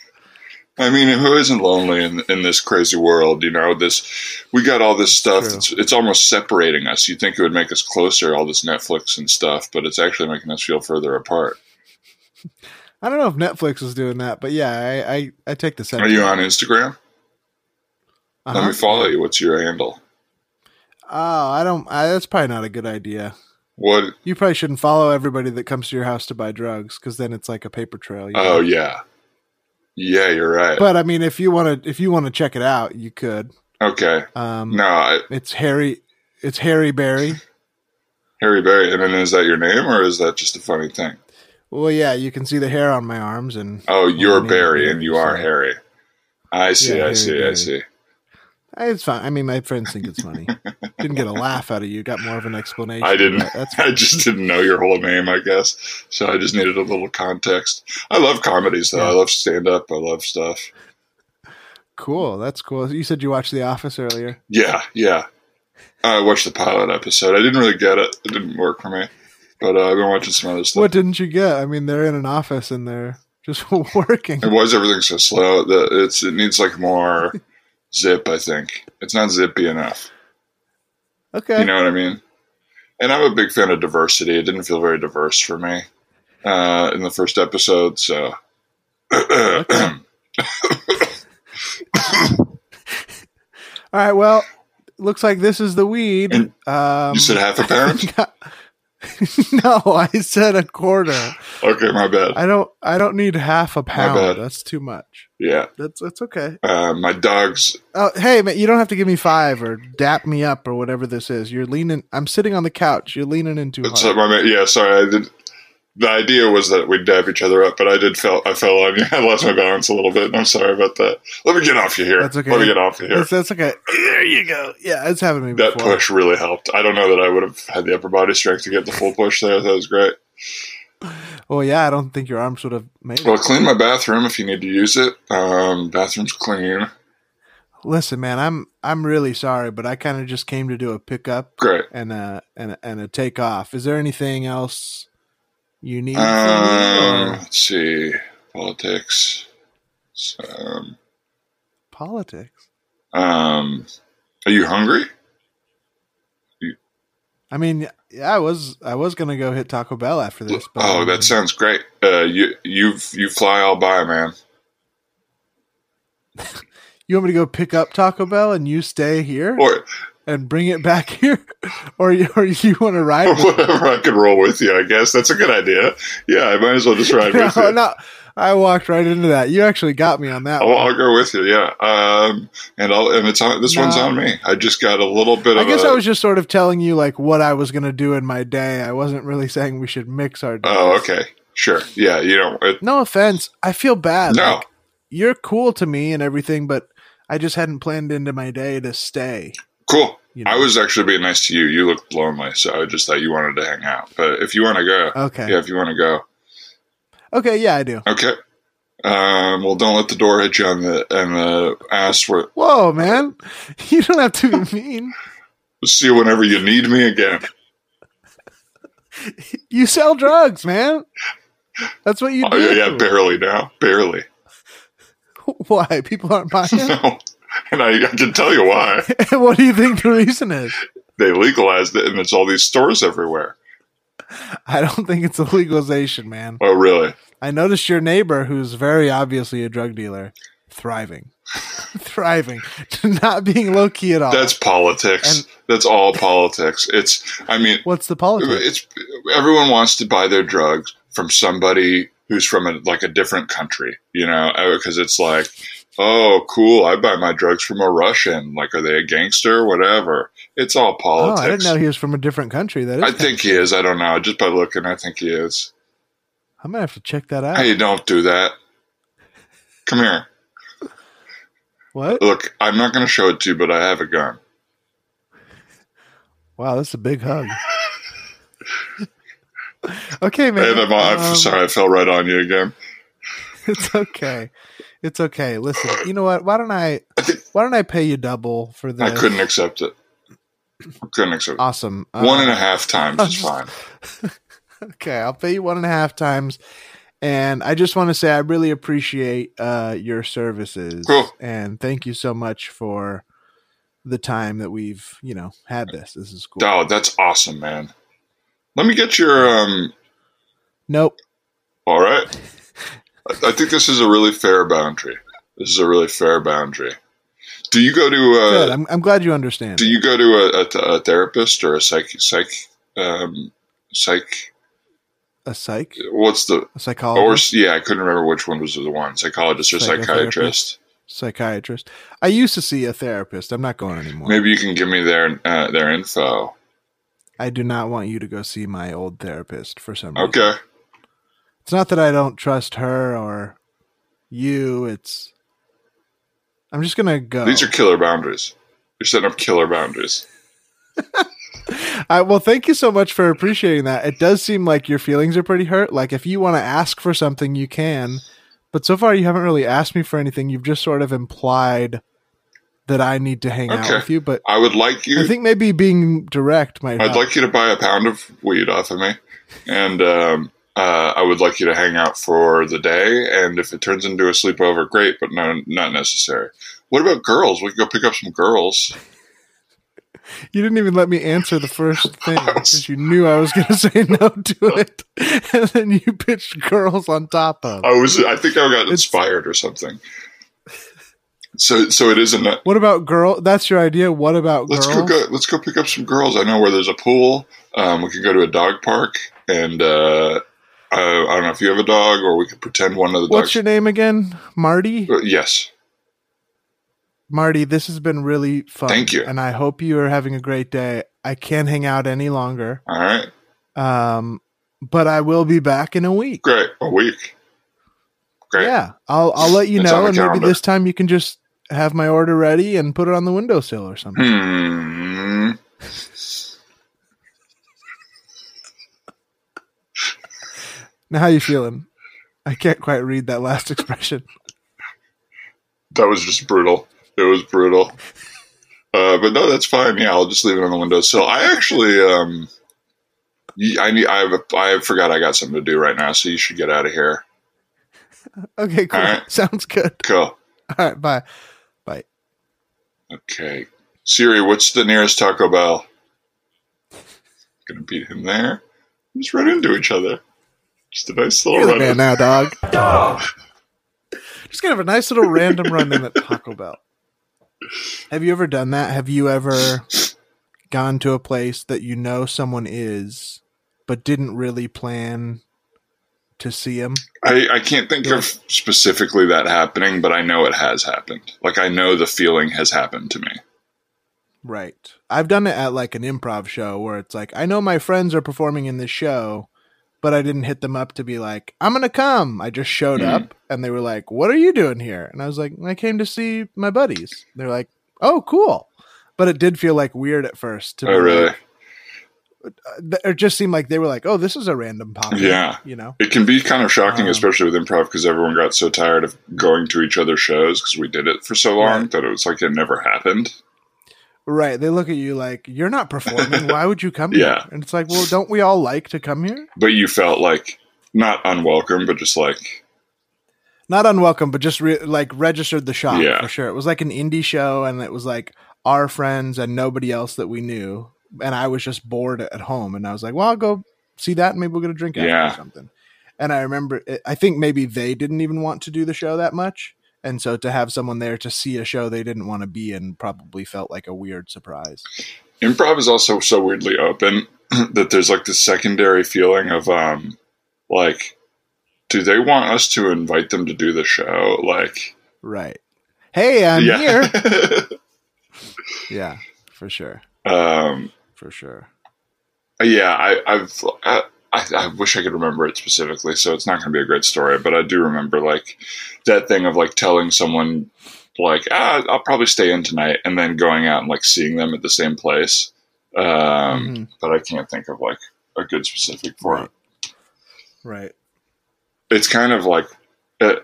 [SPEAKER 2] I mean, who isn't lonely in in this crazy world? You know, this we got all this stuff.
[SPEAKER 3] True.
[SPEAKER 2] It's, it's almost separating us. You would think it would make us closer, all this Netflix and stuff, but it's actually making us feel further apart.
[SPEAKER 3] I don't know if Netflix is doing that, but yeah, I I, I take the
[SPEAKER 2] Are
[SPEAKER 3] sentiment.
[SPEAKER 2] you on Instagram? Let
[SPEAKER 3] Uh-huh.
[SPEAKER 2] me follow you. What's your handle?
[SPEAKER 3] Oh, I don't. I, that's probably not a good idea.
[SPEAKER 2] What
[SPEAKER 3] You probably shouldn't follow everybody that comes to your house to buy drugs because then it's like a paper trail. you know?
[SPEAKER 2] Oh yeah, yeah, you're right.
[SPEAKER 3] But I mean, if you want to, if you want to check it out, you could.
[SPEAKER 2] okay,
[SPEAKER 3] Um,
[SPEAKER 2] no, I,
[SPEAKER 3] it's Harry. It's Harry Berry.
[SPEAKER 2] Harry Berry. And then is that your name or is that just a funny thing?
[SPEAKER 3] Well, yeah, you can see the hair on my arms, and
[SPEAKER 2] Oh, you're
[SPEAKER 3] name
[SPEAKER 2] Barry
[SPEAKER 3] Barry,
[SPEAKER 2] and you are
[SPEAKER 3] so-
[SPEAKER 2] Harry. I see,
[SPEAKER 3] Yeah,
[SPEAKER 2] I
[SPEAKER 3] Harry
[SPEAKER 2] see, I
[SPEAKER 3] Berry.
[SPEAKER 2] see.
[SPEAKER 3] I, it's fine. I mean, my friends think it's funny. Didn't get a laugh out of you. Got more of an explanation.
[SPEAKER 2] I didn't.
[SPEAKER 3] but That's
[SPEAKER 2] I just didn't know your whole name, I guess. So I just needed a little context. I love comedies, though. I love stand up. I love stuff.
[SPEAKER 3] cool. That's cool. You said you watched The Office earlier.
[SPEAKER 2] Yeah, yeah. I watched the pilot episode. I didn't really get it. It didn't work for me. But uh, I've been watching some other stuff.
[SPEAKER 3] What didn't you get? I mean, they're in an office and they're just working.
[SPEAKER 2] And why is everything so slow? The, it's it needs like more zip. I think it's not zippy enough.
[SPEAKER 3] Okay.
[SPEAKER 2] You know what I mean? And I'm a big fan of diversity. It didn't feel very diverse for me uh, in the first episode. So
[SPEAKER 3] All right. Well, looks like this is the weed.
[SPEAKER 2] And
[SPEAKER 3] Um,
[SPEAKER 2] you said half a pound.
[SPEAKER 3] no, I said a quarter.
[SPEAKER 2] Okay, my bad.
[SPEAKER 3] I don't. I don't need half a
[SPEAKER 2] bad.
[SPEAKER 3] pound. That's too much.
[SPEAKER 2] Yeah,
[SPEAKER 3] That's that's okay.
[SPEAKER 2] uh, my dogs.
[SPEAKER 3] Oh, hey, man, you don't have to give me five or dap me up or whatever this is. You're leaning. I'm sitting on the couch. You're leaning in too hard.
[SPEAKER 2] So my ma- yeah, sorry. I did. The idea was that we'd dab each other up, but I did fell. I fell on you. I lost my balance a little bit, and I'm sorry about that. Let me get off you here.
[SPEAKER 3] That's okay.
[SPEAKER 2] Let me get off you here.
[SPEAKER 3] That's, that's okay. There you go. Yeah, it's happened to me
[SPEAKER 2] that
[SPEAKER 3] before.
[SPEAKER 2] push really helped. I don't know that I would have had the upper body strength to get the full push there. That was great.
[SPEAKER 3] Well, Oh, yeah, I don't think your arms would have made it.
[SPEAKER 2] Well, clean my bathroom if you need to use it. Um, bathroom's clean.
[SPEAKER 3] Listen, man, I'm I'm really sorry, but I kind of just came to do a pickup
[SPEAKER 2] Great.
[SPEAKER 3] and a and a, and a takeoff. Is there anything else you need? from me,
[SPEAKER 2] Um,
[SPEAKER 3] or
[SPEAKER 2] let's see. Politics. So, Um,
[SPEAKER 3] politics.
[SPEAKER 2] um, are you hungry?
[SPEAKER 3] I mean, yeah, I was I was gonna go hit Taco Bell after this. But
[SPEAKER 2] Oh, that sounds great. Uh, you you you fly all by, man.
[SPEAKER 3] You want me to go pick up Taco Bell and you stay here?
[SPEAKER 2] Or
[SPEAKER 3] and bring it back here, or you, or you want to ride? With
[SPEAKER 2] Whatever, I could roll with you. I guess that's a good idea. Yeah, I might as well just ride
[SPEAKER 3] no,
[SPEAKER 2] with you.
[SPEAKER 3] no, I walked right into that. You actually got me on that.
[SPEAKER 2] I'll,
[SPEAKER 3] one.
[SPEAKER 2] I'll go with you. Yeah, um, and I'll and it's on. This
[SPEAKER 3] No.
[SPEAKER 2] one's on me. I just got a little bit
[SPEAKER 3] I
[SPEAKER 2] of.
[SPEAKER 3] guess
[SPEAKER 2] a,
[SPEAKER 3] I was just sort of telling you like what I was gonna do in my day. I wasn't really saying we should mix our. Days.
[SPEAKER 2] Oh, okay. Sure. Yeah. You know. It,
[SPEAKER 3] No offense. I feel bad.
[SPEAKER 2] no.
[SPEAKER 3] Like, you're cool to me and everything, but I just hadn't planned into my day to stay.
[SPEAKER 2] Cool.
[SPEAKER 3] You know?
[SPEAKER 2] I was actually being nice to you. You looked lonely, so I just thought you wanted to hang out. But if you want to go,
[SPEAKER 3] Okay.
[SPEAKER 2] yeah, if you want to go,
[SPEAKER 3] Okay. Yeah, I do.
[SPEAKER 2] okay. Um, well, don't let the door hit you on the and the ass. Where,
[SPEAKER 3] Whoa, man! You don't have to be mean.
[SPEAKER 2] see you whenever you need me again.
[SPEAKER 3] You sell drugs, man. That's what you
[SPEAKER 2] Oh,
[SPEAKER 3] do.
[SPEAKER 2] yeah, yeah, barely now, barely.
[SPEAKER 3] Why people aren't buying? it?
[SPEAKER 2] No, and I, I can tell you why
[SPEAKER 3] what do you think the reason is?
[SPEAKER 2] they legalized it, and it's all these stores everywhere.
[SPEAKER 3] I don't think it's a legalization, man.
[SPEAKER 2] Oh, really?
[SPEAKER 3] I noticed your neighbor, who's very obviously a drug dealer, thriving, thriving, not being low key at all.
[SPEAKER 2] That's politics.
[SPEAKER 3] Uh, And-
[SPEAKER 2] That's all politics. It's. I mean,
[SPEAKER 3] What's the politics?
[SPEAKER 2] it's everyone wants to buy their drugs from somebody who's from a, like a different country, you know, because it's like, oh, cool, I buy my drugs from a Russian. Like, are they a gangster? Whatever. It's all
[SPEAKER 3] Oh,
[SPEAKER 2] politics.
[SPEAKER 3] I didn't know he was from a different country. That is,
[SPEAKER 2] I think he is. I don't know. Just by looking, I think he is.
[SPEAKER 3] I'm gonna have to check that out.
[SPEAKER 2] Hey, don't do that. Come here.
[SPEAKER 3] What?
[SPEAKER 2] Look, I'm not going to show it to you, but I have a gun.
[SPEAKER 3] Wow, that's a big hug. okay, man.
[SPEAKER 2] And I'm, I'm
[SPEAKER 3] Um,
[SPEAKER 2] sorry, I fell right on you again.
[SPEAKER 3] It's okay. It's okay. Listen, you know what? Why don't I? Why don't I pay you double for this?
[SPEAKER 2] I couldn't accept it. I couldn't accept it.
[SPEAKER 3] Awesome. Uh,
[SPEAKER 2] One and a half times
[SPEAKER 3] I'm
[SPEAKER 2] is
[SPEAKER 3] just-
[SPEAKER 2] fine.
[SPEAKER 3] Okay, I'll pay you one and a half times. And I just want to say I really appreciate uh, your services,
[SPEAKER 2] Cool.
[SPEAKER 3] and thank you so much for the time that we've you know had this. This is cool.
[SPEAKER 2] Oh, that's awesome, man. Let me get your um
[SPEAKER 3] Nope.
[SPEAKER 2] all right. I I think this is a really fair boundary. This is a really fair boundary. Do you go to
[SPEAKER 3] Good.
[SPEAKER 2] uh
[SPEAKER 3] I'm, I'm glad you understand.
[SPEAKER 2] do you go to a, a, th- a therapist or a psych psych um psych
[SPEAKER 3] a psych,
[SPEAKER 2] what's the
[SPEAKER 3] a
[SPEAKER 2] or s-
[SPEAKER 3] psychologist,
[SPEAKER 2] yeah, I couldn't remember which one was the one. Psychologist or psychiatrist.
[SPEAKER 3] psychiatrist. I used to see a therapist. I'm not going anymore.
[SPEAKER 2] Maybe you can give me their uh, their info.
[SPEAKER 3] I do not want you to go see my old therapist for some reason.
[SPEAKER 2] Okay.
[SPEAKER 3] It's not that I don't trust her or you. It's I'm just gonna go.
[SPEAKER 2] These are killer boundaries. You're setting up killer boundaries.
[SPEAKER 3] I, well, thank you so much for appreciating that. It does seem like your feelings are pretty hurt. Like if you want to ask for something, you can. But so far, you haven't really asked me for anything. You've just sort of implied that I need to hang out
[SPEAKER 2] Okay.
[SPEAKER 3] with you. But
[SPEAKER 2] I would like you
[SPEAKER 3] I think maybe being direct might.
[SPEAKER 2] I'd
[SPEAKER 3] help.
[SPEAKER 2] like you to buy a pound of weed off of me, and um, uh, I would like you to hang out for the day. And if it turns into a sleepover, great, but no, not necessary. What about girls? We could go pick up some girls.
[SPEAKER 3] You didn't even let me answer the first thing because you knew I was going to say no to it, and then you pitched girls on top of.
[SPEAKER 2] I was, I think I got
[SPEAKER 3] It's-
[SPEAKER 2] inspired or something. So, so it is a. nut-
[SPEAKER 3] What about girl? That's your idea. What about
[SPEAKER 2] Let's
[SPEAKER 3] girls?
[SPEAKER 2] go, go. Let's go pick up some girls. I know where there's a pool. Um, we could go to a dog park, and uh, I, I don't know if you have a dog, or we could pretend one of the
[SPEAKER 3] What's
[SPEAKER 2] dogs.
[SPEAKER 3] your name again? Marty.
[SPEAKER 2] Uh, yes.
[SPEAKER 3] Marty, this has been really fun.
[SPEAKER 2] Thank you.
[SPEAKER 3] and I hope you are having a great day. I can't hang out any longer,
[SPEAKER 2] All right.
[SPEAKER 3] um, but I will be back in a week.
[SPEAKER 2] Great. A week. Great.
[SPEAKER 3] Yeah, I'll I'll let you
[SPEAKER 2] It's on
[SPEAKER 3] know,
[SPEAKER 2] the
[SPEAKER 3] and
[SPEAKER 2] calendar.
[SPEAKER 3] maybe this time you can just have my order ready and put it on the windowsill or something.
[SPEAKER 2] Hmm.
[SPEAKER 3] Now, how you feeling? I can't quite read that last expression.
[SPEAKER 2] That was just brutal. It was brutal. Uh, but no, that's fine. Yeah, I'll just leave it on the windowsill. I actually, um, y- I need. I have. A, I forgot. I got something to do right now, so you should get out of here.
[SPEAKER 3] Okay, cool.
[SPEAKER 2] All right.
[SPEAKER 3] Sounds good.
[SPEAKER 2] Cool.
[SPEAKER 3] All right, bye.
[SPEAKER 2] Okay. Siri, what's the nearest Taco Bell? Gonna beat him there. Just run into each other. Just a nice little
[SPEAKER 3] You're the
[SPEAKER 2] run.
[SPEAKER 3] man now, dog. Dog. Just gonna have a nice little random run in at Taco Bell. Have you ever done that? Have you ever gone to a place that you know someone is, but didn't really plan to see him?
[SPEAKER 2] I, I can't think of specifically that happening, but I know it has happened. Like I know the feeling has happened to me.
[SPEAKER 3] Right. I've done it at like an improv show where it's like, I know my friends are performing in this show, but I didn't hit them up to be like, I'm going to come. I just showed
[SPEAKER 2] Mhm.
[SPEAKER 3] up and they were like, What are you doing here? And I was like, I came to see my buddies. They're like, Oh, cool. But it did feel like weird at first. To
[SPEAKER 2] Oh
[SPEAKER 3] be
[SPEAKER 2] really?
[SPEAKER 3] Like, th- it just seemed like they were like, Oh, this is a random pop.
[SPEAKER 2] Yeah.
[SPEAKER 3] You know?
[SPEAKER 2] It can be kind of shocking,
[SPEAKER 3] Um,
[SPEAKER 2] especially with improv, because everyone got so tired of going to each other's shows because we did it for so long
[SPEAKER 3] Right.
[SPEAKER 2] that it was like it never happened.
[SPEAKER 3] Right. They look at you like, You're not performing. Why would you come
[SPEAKER 2] Yeah.
[SPEAKER 3] here? And it's like, Well, don't we all like to come here?
[SPEAKER 2] But you felt like not unwelcome, but just like
[SPEAKER 3] not unwelcome, but just re- like registered the shop
[SPEAKER 2] Yeah.
[SPEAKER 3] for sure. It was like an indie show, and it was like our friends and nobody else that we knew. And I was just bored at home, and I was like, "Well, I'll go see that, and maybe we'll get a drink after
[SPEAKER 2] Yeah.
[SPEAKER 3] or something." And I remember, it, I think maybe they didn't even want to do the show that much, and so to have someone there to see a show they didn't want to be in probably felt like a weird surprise.
[SPEAKER 2] improv is also so weirdly open that there's like this secondary feeling of um like do they want us to invite them to do the show like
[SPEAKER 3] Right? Hey, I'm here.
[SPEAKER 2] yeah
[SPEAKER 3] Yeah, for sure,
[SPEAKER 2] um
[SPEAKER 3] for sure.
[SPEAKER 2] yeah i i've I, I I wish I could remember it specifically, so it's not going to be a great story. But I do remember like that thing of like telling someone like ah, I'll probably stay in tonight, and then going out and like seeing them at the same place. Um,
[SPEAKER 3] Mhm.
[SPEAKER 2] But I can't think of like a good specific for it.
[SPEAKER 3] Right.
[SPEAKER 2] it's kind of like uh,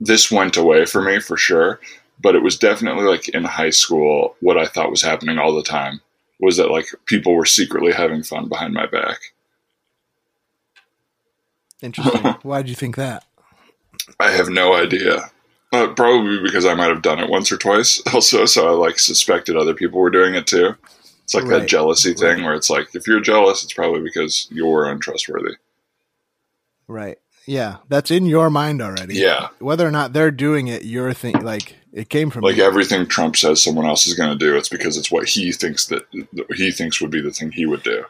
[SPEAKER 2] this went away for me for sure but it was definitely like in high school what i thought was happening all the time was that like people were secretly having fun behind my back
[SPEAKER 3] Interesting. Why did you think that?
[SPEAKER 2] i have no idea uh, probably because i might have done it once or twice also so i like suspected other people were doing it too it's like that
[SPEAKER 3] Right.
[SPEAKER 2] jealousy thing where it's like if you're jealous it's probably because you're untrustworthy
[SPEAKER 3] Right. Yeah, that's in your mind already.
[SPEAKER 2] yeah
[SPEAKER 3] Whether or not they're doing it, your thing, like it came from
[SPEAKER 2] like
[SPEAKER 3] you.
[SPEAKER 2] everything trump says someone else is going to do it's because it's what he thinks that that he thinks would be the thing he would do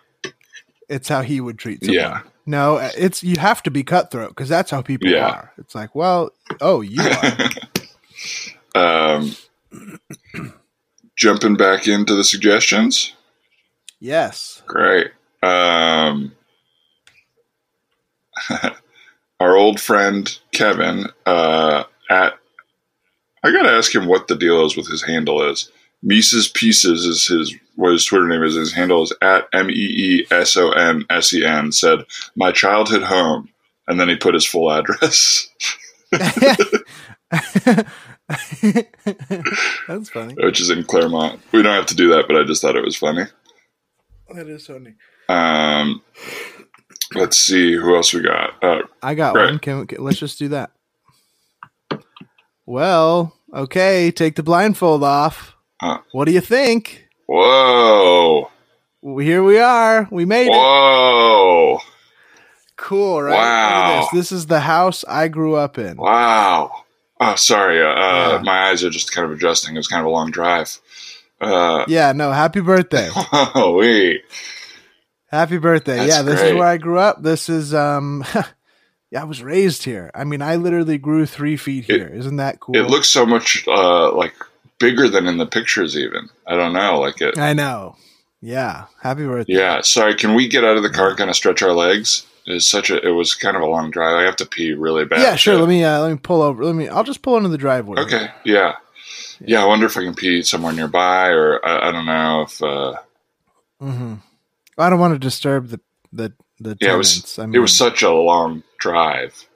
[SPEAKER 3] it's how he would treat someone.
[SPEAKER 2] Yeah.
[SPEAKER 3] No, it's you have to be cutthroat because that's how people
[SPEAKER 2] Yeah.
[SPEAKER 3] are. It's like, well, oh, you are.
[SPEAKER 2] um, jumping back into the suggestions.
[SPEAKER 3] yes.
[SPEAKER 2] Great. Um, our old friend Kevin uh, at I gotta ask him what the deal is with his handle is. Mises Pieces is his what his Twitter name is. His handle is at M E E S O N S E N. Said my childhood home, and then he put his full address.
[SPEAKER 3] that's funny.
[SPEAKER 2] which is in Claremont. We don't have to do that, but I just thought it was funny.
[SPEAKER 3] That is funny.
[SPEAKER 2] Um, let's see who else we got. Uh,
[SPEAKER 3] I got
[SPEAKER 2] Right.
[SPEAKER 3] one. Can, can let's just do that. Well, okay, take the blindfold off.
[SPEAKER 2] Uh.
[SPEAKER 3] What do you think?
[SPEAKER 2] whoa,
[SPEAKER 3] Well, here we are. We made it.
[SPEAKER 2] whoa,
[SPEAKER 3] Cool, right? Look
[SPEAKER 2] Wow.
[SPEAKER 3] at This. This is the house I grew up in.
[SPEAKER 2] wow. Oh, sorry. Uh, uh
[SPEAKER 3] Yeah.
[SPEAKER 2] My eyes are just kind of adjusting. It was kind of a long drive. Uh,
[SPEAKER 3] Yeah, no, happy birthday.
[SPEAKER 2] holy.
[SPEAKER 3] happy birthday.
[SPEAKER 2] That's
[SPEAKER 3] yeah, this
[SPEAKER 2] great.
[SPEAKER 3] is where I grew up. This is um yeah, I was raised here. I mean, I literally grew 3 feet
[SPEAKER 2] It-
[SPEAKER 3] here. is Isn't that cool?
[SPEAKER 2] It looks so much uh, like bigger than in the pictures, even. I don't know. Like it.
[SPEAKER 3] I know. Yeah, happy birthday.
[SPEAKER 2] Yeah. Sorry. Can we get out of the car? Kind of stretch our legs. It's such a. It was kind of a long drive. I have to pee really bad.
[SPEAKER 3] Yeah, sure.
[SPEAKER 2] too.
[SPEAKER 3] Let me uh, let me pull over. Let me I'll just pull into the driveway.
[SPEAKER 2] Okay. Yeah. Yeah. I wonder if I can pee somewhere nearby, or I, I don't know if. Uh,
[SPEAKER 3] Mhm. I don't want to disturb the the the
[SPEAKER 2] Yeah, it was-
[SPEAKER 3] tenants. I mean,
[SPEAKER 2] it was such a long drive.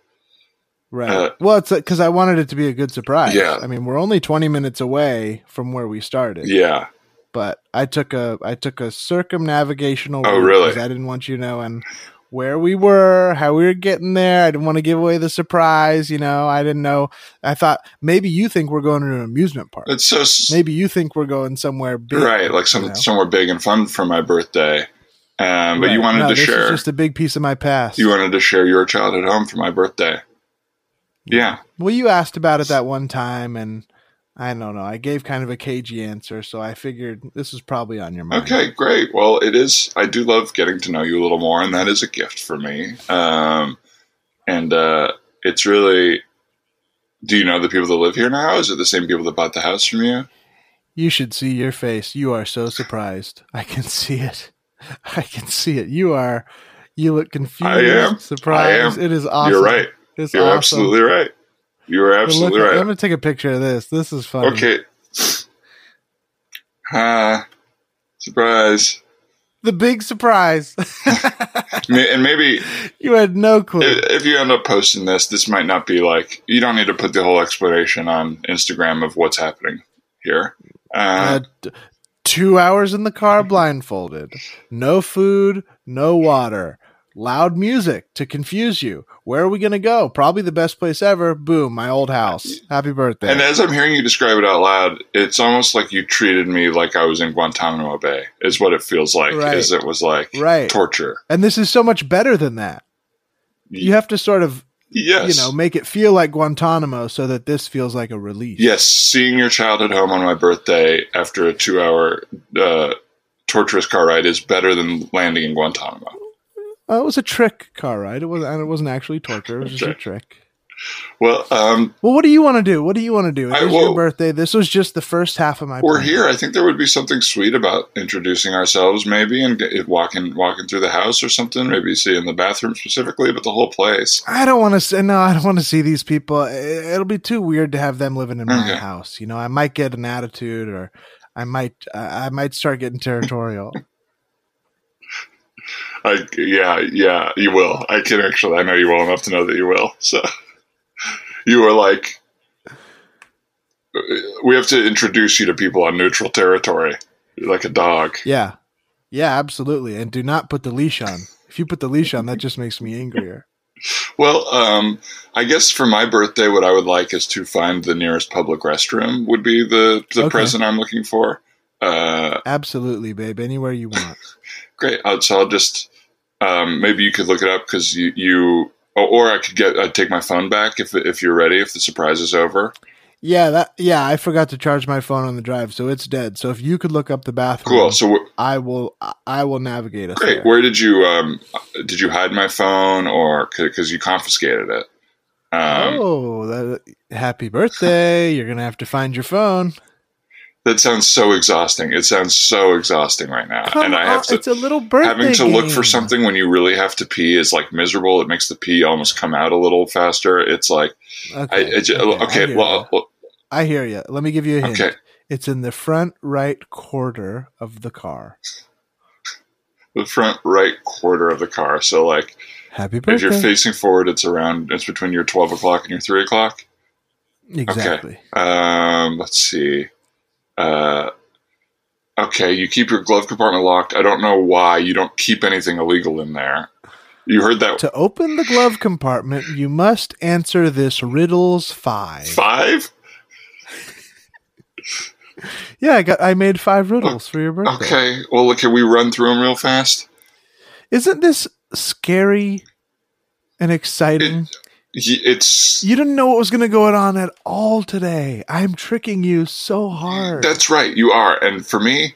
[SPEAKER 3] right.
[SPEAKER 2] uh,
[SPEAKER 3] well, it's because I wanted it to be a good surprise.
[SPEAKER 2] Yeah.
[SPEAKER 3] I mean, we're only twenty minutes away from where we started.
[SPEAKER 2] Yeah.
[SPEAKER 3] but I took a I took a circumnavigational.
[SPEAKER 2] Oh,
[SPEAKER 3] route
[SPEAKER 2] really?
[SPEAKER 3] 'cause I didn't want you knowing where we were, how we were getting there. I didn't want to give away the surprise. You know, I didn't know. I thought maybe you think we're going to an amusement park.
[SPEAKER 2] It's so s
[SPEAKER 3] maybe you think we're going somewhere big.
[SPEAKER 2] right, like some
[SPEAKER 3] you know?
[SPEAKER 2] somewhere big and fun for my birthday. Um, but you
[SPEAKER 3] Right.
[SPEAKER 2] wanted
[SPEAKER 3] No,
[SPEAKER 2] to
[SPEAKER 3] this is
[SPEAKER 2] share.
[SPEAKER 3] just a big piece of my past.
[SPEAKER 2] You wanted to share your childhood home for my birthday. Yeah.
[SPEAKER 3] well, you asked about it that one time, and I don't know. I gave kind of a cagey answer, so I figured this is probably on your mind.
[SPEAKER 2] Okay, great. Well, it is. I do love getting to know you a little more, and that is a gift for me. Um, and uh, it's really. Do you know the people that live here now? Is it the same people that bought the house from you?
[SPEAKER 3] You should see your face. You are so surprised. I can see it. I can see it. You are. You look confused.
[SPEAKER 2] I am.
[SPEAKER 3] Surprised.
[SPEAKER 2] I am.
[SPEAKER 3] It is awesome.
[SPEAKER 2] You're right.
[SPEAKER 3] It's
[SPEAKER 2] You're
[SPEAKER 3] awesome.
[SPEAKER 2] absolutely right. You are
[SPEAKER 3] But look
[SPEAKER 2] absolutely
[SPEAKER 3] at-
[SPEAKER 2] right.
[SPEAKER 3] I'm gonna take a picture of this. This is funny.
[SPEAKER 2] Okay. Ha! surprise.
[SPEAKER 3] The big surprise.
[SPEAKER 2] Ma- And maybe
[SPEAKER 3] you had no clue.
[SPEAKER 2] i- if you end up posting this, this might not be like you don't need to put the whole explanation on Instagram of what's happening here. Uh,
[SPEAKER 3] Uh, t- two hours in the car blindfolded. No food, no water. Loud music to confuse you. Where are we going to go? Probably the best place ever. Boom, my old house. Happy birthday.
[SPEAKER 2] and as I'm hearing you describe it out loud, it's almost like you treated me like I was in Guantanamo Bay. Is what it feels like.
[SPEAKER 3] Right.
[SPEAKER 2] Is it was like
[SPEAKER 3] Right.
[SPEAKER 2] torture.
[SPEAKER 3] and this is so much better than that. You have to sort of,
[SPEAKER 2] Yes.
[SPEAKER 3] you know, make it feel like Guantanamo so that this feels like a release.
[SPEAKER 2] Yes, seeing your child at home on my birthday after a two-hour uh, torturous car ride is better than landing in Guantanamo.
[SPEAKER 3] Uh, it was a trick car ride. It was and it wasn't actually torture. It was just a
[SPEAKER 2] Okay.
[SPEAKER 3] trick.
[SPEAKER 2] Well, um,
[SPEAKER 3] Well, what do you want to do? What do you want to do? It
[SPEAKER 2] I-
[SPEAKER 3] is
[SPEAKER 2] well-
[SPEAKER 3] your birthday. This was just the first half of my
[SPEAKER 2] we're
[SPEAKER 3] plan.
[SPEAKER 2] here. I think there would be something sweet about introducing ourselves, maybe, and get, walking walking through the house or something. Maybe seeing the bathroom specifically, but the whole place.
[SPEAKER 3] I don't want to say no. I don't want to see these people. I- It'll be too weird to have them living in my
[SPEAKER 2] Okay.
[SPEAKER 3] house. You know, I might get an attitude, or I might, I I might start getting territorial.
[SPEAKER 2] I, yeah, yeah, you will. I can actually. I know you well enough to know that you will. So you were like, we have to introduce you to people on neutral territory. You're like a dog.
[SPEAKER 3] yeah, yeah, absolutely. And do not put the leash on. If you put the leash on, that just makes me angrier.
[SPEAKER 2] Well, um, I guess for my birthday, what I would like is to find the nearest public restroom. Would be the the
[SPEAKER 3] Okay.
[SPEAKER 2] present I'm looking for. Uh,
[SPEAKER 3] Absolutely, babe. Anywhere you want.
[SPEAKER 2] great. Uh, so I'll just um, maybe you could look it up because you you or- or I could get I'd take my phone back if if you're ready if the surprise is over.
[SPEAKER 3] Yeah, that. Yeah, I forgot to charge my phone on the drive, so it's dead. So if you could look up the bathroom,
[SPEAKER 2] Cool. So wh-
[SPEAKER 3] I will. I- I will navigate us.
[SPEAKER 2] great.
[SPEAKER 3] there.
[SPEAKER 2] Where did you um did you hide my phone or because you confiscated it? Um,
[SPEAKER 3] oh, that, happy birthday! You're gonna have to find your phone.
[SPEAKER 2] That sounds so exhausting. It sounds so exhausting right now,
[SPEAKER 3] Come
[SPEAKER 2] and I
[SPEAKER 3] on,
[SPEAKER 2] have to.
[SPEAKER 3] it's a little birthday.
[SPEAKER 2] having to look for
[SPEAKER 3] game.
[SPEAKER 2] something when you really have to pee is like miserable. It makes the pee almost come out a little faster. It's like I, I ju- okay,
[SPEAKER 3] I hear
[SPEAKER 2] well,
[SPEAKER 3] ya. I hear you. Let me give you a hint.
[SPEAKER 2] Okay.
[SPEAKER 3] It's in the front right quarter of the car.
[SPEAKER 2] the front right quarter of the car. So like
[SPEAKER 3] Happy birthday!
[SPEAKER 2] if you're facing forward, it's around. It's between your twelve o'clock and your three o'clock.
[SPEAKER 3] exactly.
[SPEAKER 2] Um, let's see. Uh, okay, you keep your glove compartment locked. I don't know why you don't keep anything illegal in there. You heard that
[SPEAKER 3] To open the glove compartment, you must answer this riddles five.
[SPEAKER 2] five?
[SPEAKER 3] Yeah, I got. I made five riddles for your birthday.
[SPEAKER 2] Okay. Well, look, can we run through them real fast?
[SPEAKER 3] Isn't this scary and exciting?
[SPEAKER 2] Y- It's
[SPEAKER 3] you didn't know what was going to go on at all today. I'm tricking you so hard.
[SPEAKER 2] That's right, you are. And for me,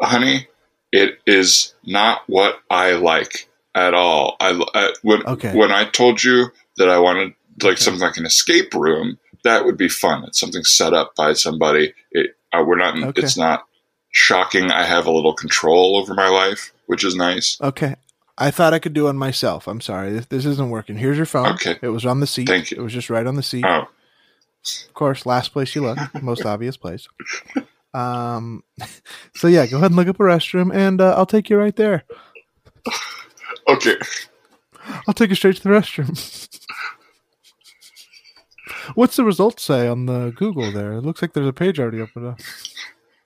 [SPEAKER 2] honey, it is not what I like at all. I, I when
[SPEAKER 3] Okay.
[SPEAKER 2] when I told you that I wanted like
[SPEAKER 3] Okay.
[SPEAKER 2] something like an escape room, that would be fun. It's something set up by somebody. It uh, we're not.
[SPEAKER 3] Okay.
[SPEAKER 2] It's not shocking. I have a little control over my life, which is nice.
[SPEAKER 3] Okay. I thought I could do one myself. I'm sorry. This, this isn't working. Here's your phone.
[SPEAKER 2] Okay.
[SPEAKER 3] It was on the seat.
[SPEAKER 2] Thank you.
[SPEAKER 3] It was just right on the seat.
[SPEAKER 2] Oh,
[SPEAKER 3] Of course, last place you look, most obvious place. Um, so yeah, go ahead and look up a restroom, and uh, I'll take you right there.
[SPEAKER 2] okay.
[SPEAKER 3] I'll take you straight to the restroom. What's the results say on the Google there? It looks like there's a page already opened up.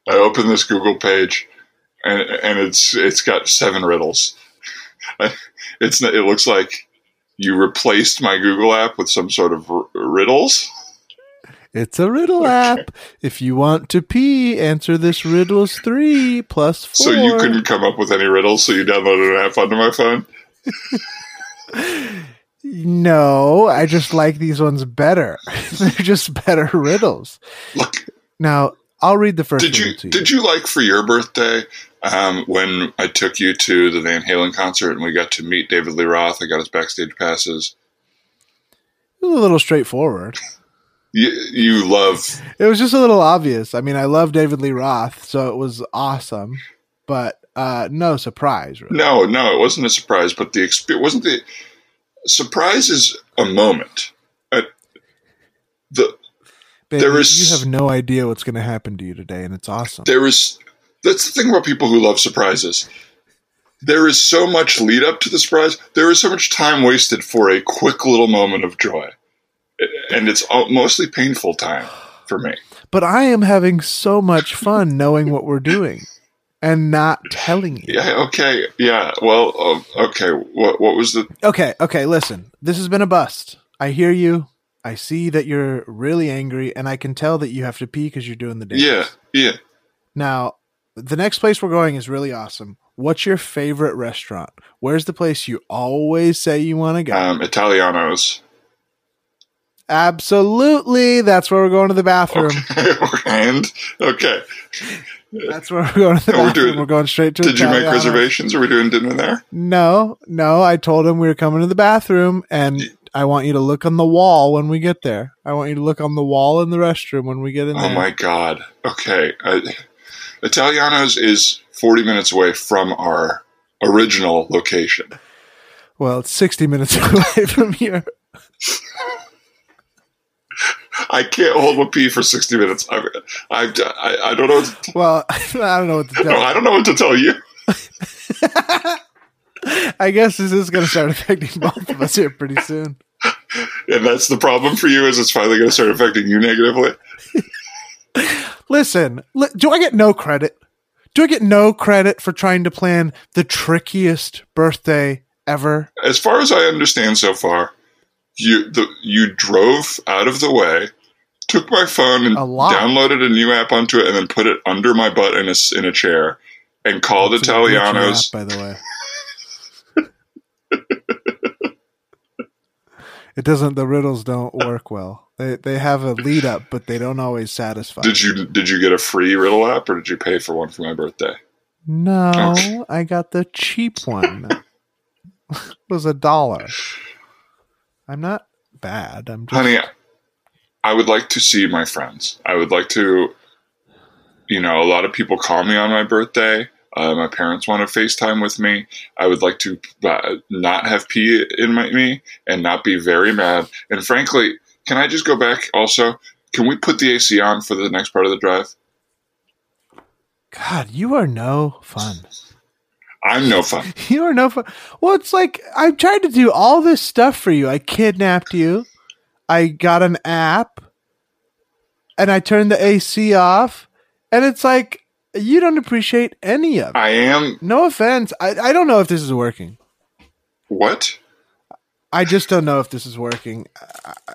[SPEAKER 2] I open this Google page, and and it's it's got seven riddles. It's it looks like you replaced my Google app with some sort of r- riddles.
[SPEAKER 3] It's a riddle app. If you want to pee, answer this riddles three plus four.
[SPEAKER 2] So you couldn't come up with any riddles, so you downloaded an app onto my phone.
[SPEAKER 3] No, I just like these ones better. They're just better riddles.
[SPEAKER 2] Look,
[SPEAKER 3] Now I'll read the first.
[SPEAKER 2] Did
[SPEAKER 3] one
[SPEAKER 2] you
[SPEAKER 3] to
[SPEAKER 2] did you like for your birthday um, when I took you to the Van Halen concert and we got to meet David Lee Roth? I got his backstage passes.
[SPEAKER 3] It was a little straightforward.
[SPEAKER 2] You, you love
[SPEAKER 3] It was just a little obvious. I mean, I love David Lee Roth, so it was awesome, but uh, no surprise. Really.
[SPEAKER 2] no no it wasn't a surprise but the experience wasn't the surprise is a moment. Uh, the
[SPEAKER 3] Baby,
[SPEAKER 2] there is-
[SPEAKER 3] you have no idea what's going to happen to you today, and it's awesome.
[SPEAKER 2] there is that's the thing about people who love surprises there is so much lead up to the surprise there is so much time wasted for a quick little moment of joy and it's all, mostly painful time for me
[SPEAKER 3] but I am having so much fun knowing what we're doing and not telling you.
[SPEAKER 2] yeah okay yeah well uh, okay what, what was the
[SPEAKER 3] Okay, okay, listen. This has been a bust. I hear you. I see that you're really angry, and I can tell that you have to pee because you're doing the dance.
[SPEAKER 2] yeah yeah
[SPEAKER 3] Now, the next place we're going is really awesome. What's your favorite restaurant? Where's the place you always say you want to go?
[SPEAKER 2] um italianos
[SPEAKER 3] Absolutely. That's where we're going to the bathroom.
[SPEAKER 2] okay and okay
[SPEAKER 3] That's where we're going to the
[SPEAKER 2] Oh, we're
[SPEAKER 3] bathroom.
[SPEAKER 2] doing-
[SPEAKER 3] we're going straight to
[SPEAKER 2] did you make
[SPEAKER 3] Italiano's.
[SPEAKER 2] reservations are we doing dinner there
[SPEAKER 3] No, no. I told him we were coming to the bathroom, and I want you to look on the wall when we get there. I want you to look on the wall in the restroom when we get in
[SPEAKER 2] Oh
[SPEAKER 3] there.
[SPEAKER 2] my god. Okay. Uh, Italianos is 40 minutes away from our original location.
[SPEAKER 3] Well, it's sixty minutes away from here.
[SPEAKER 2] I can't hold my pee for 60 minutes. I, I, I, I don't know. What to,
[SPEAKER 3] Well, I don't know what to
[SPEAKER 2] no,
[SPEAKER 3] tell.
[SPEAKER 2] I don't know what to tell you.
[SPEAKER 3] I guess this is going to start affecting both of us here pretty soon.
[SPEAKER 2] And that's the problem for you is it's finally going to start affecting you negatively.
[SPEAKER 3] Listen, li- do I get no credit? Do I get no credit for trying to plan the trickiest birthday ever?
[SPEAKER 2] As far as I understand so far, you the you drove out of the way, took my phone and
[SPEAKER 3] A lot.
[SPEAKER 2] downloaded a new app onto it, and then put it under my butt in a s- in a chair, and called
[SPEAKER 3] It's a glitchy
[SPEAKER 2] Italianos.
[SPEAKER 3] app, by the way. it doesn't. The riddles don't work well. They they have a lead up, but they don't always satisfy.
[SPEAKER 2] Did you did you get a free riddle app or did you pay for one for my birthday?
[SPEAKER 3] No,
[SPEAKER 2] Oh.
[SPEAKER 3] I got the cheap one. it was a dollar. I'm not bad. I'm just
[SPEAKER 2] Honey, I would like to see my friends. I would like to you know, a lot of people call me on my birthday. Uh, my parents want to FaceTime with me. I would like to uh, not have pee in my me and not be very mad. And frankly, can I just go back also? Can we put the AC on for the next part of the drive?
[SPEAKER 3] God. You are no fun.
[SPEAKER 2] I'm no fun.
[SPEAKER 3] You are no fun. Well, it's like I tried to do all this stuff for you. I kidnapped you. I got an app, and I turned the AC off. And it's like you don't appreciate any of it.
[SPEAKER 2] I am
[SPEAKER 3] No offense. I, I don't know if this is working.
[SPEAKER 2] what?
[SPEAKER 3] I just don't know if this is working. I, I,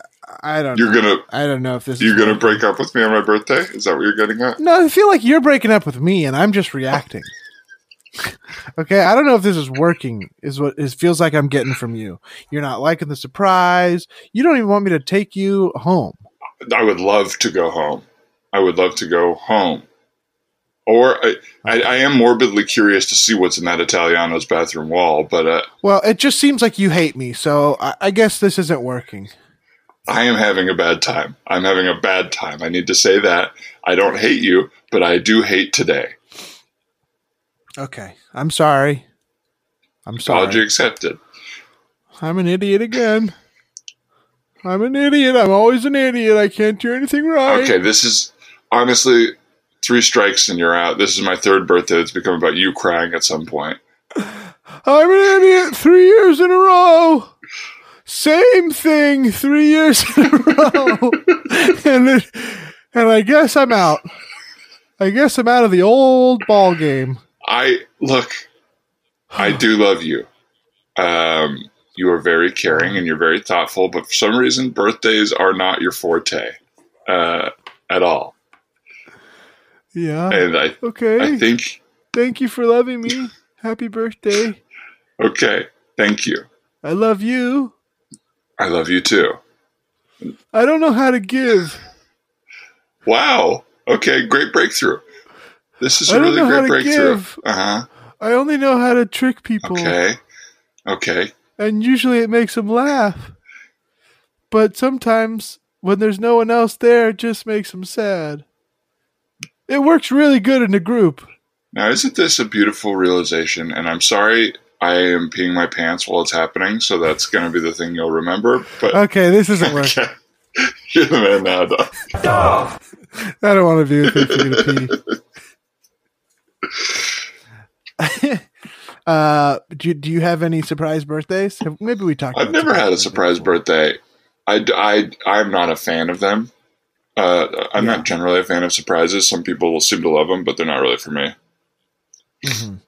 [SPEAKER 3] I don't.
[SPEAKER 2] You're
[SPEAKER 3] know.
[SPEAKER 2] gonna
[SPEAKER 3] I don't know if this.
[SPEAKER 2] you're
[SPEAKER 3] is
[SPEAKER 2] gonna
[SPEAKER 3] working.
[SPEAKER 2] break up with me on my birthday? Is that what you're getting at?
[SPEAKER 3] No, I feel like you're breaking up with me, and I'm just reacting. okay, I don't know if this is working. Is what it feels like I'm getting from you. You're not liking the surprise. You don't even want me to take you home.
[SPEAKER 2] I would love to go home. I would love to go home. Or I, I, I am morbidly curious to see what's in that Italiano's bathroom wall, but uh,
[SPEAKER 3] Well, it just seems like you hate me, so I, I guess this isn't working.
[SPEAKER 2] I am having a bad time. I'm having a bad time. I need to say that. I don't hate you, but I do hate today.
[SPEAKER 3] Okay, I'm sorry. I'm sorry.
[SPEAKER 2] Apology accepted.
[SPEAKER 3] I'm an idiot again. I'm an idiot. I'm always an idiot. I can't do anything right.
[SPEAKER 2] Okay, this is honestly three strikes and you're out. This is my third birthday. It's become about you crying at some point.
[SPEAKER 3] I'm an idiot three years in a row. Same thing three years in a row. and it, and I guess I'm out. I guess I'm out of the old ball game.
[SPEAKER 2] I look. I do love you. Um, you are very caring and you're very thoughtful, but for some reason, birthdays are not your forte uh, at all.
[SPEAKER 3] Yeah.
[SPEAKER 2] And I, I
[SPEAKER 3] Okay.
[SPEAKER 2] think,
[SPEAKER 3] Thank you for loving me. Happy birthday.
[SPEAKER 2] okay, thank you.
[SPEAKER 3] I love you.
[SPEAKER 2] I love you too.
[SPEAKER 3] I don't know how to give.
[SPEAKER 2] Wow, Okay, great breakthrough. This is
[SPEAKER 3] I
[SPEAKER 2] a
[SPEAKER 3] don't
[SPEAKER 2] really
[SPEAKER 3] know how
[SPEAKER 2] great
[SPEAKER 3] to
[SPEAKER 2] breakthrough.
[SPEAKER 3] give.
[SPEAKER 2] Uh huh.
[SPEAKER 3] I only know how to trick people,
[SPEAKER 2] Okay. Okay.
[SPEAKER 3] and usually it makes them laugh. But sometimes when there's no one else there, it just makes them sad. It works really good in a group.
[SPEAKER 2] Now, isn't this a beautiful realization? And I'm sorry I am peeing my pants while it's happening, so that's going to be the thing you'll remember. But
[SPEAKER 3] Okay, this isn't working.
[SPEAKER 2] you're the man now, dog.
[SPEAKER 3] I don't want to do anything for you to pee. uh, do, you- do you have any surprise birthdays? Have, maybe we talked.
[SPEAKER 2] I've
[SPEAKER 3] about
[SPEAKER 2] never had a
[SPEAKER 3] birthdays
[SPEAKER 2] surprise
[SPEAKER 3] before.
[SPEAKER 2] birthday. I, I, I'm not a fan of them. Uh, I'm
[SPEAKER 3] Yeah.
[SPEAKER 2] not generally a fan of surprises. Some people seem to love them, but they're not really for me.
[SPEAKER 3] Mhm.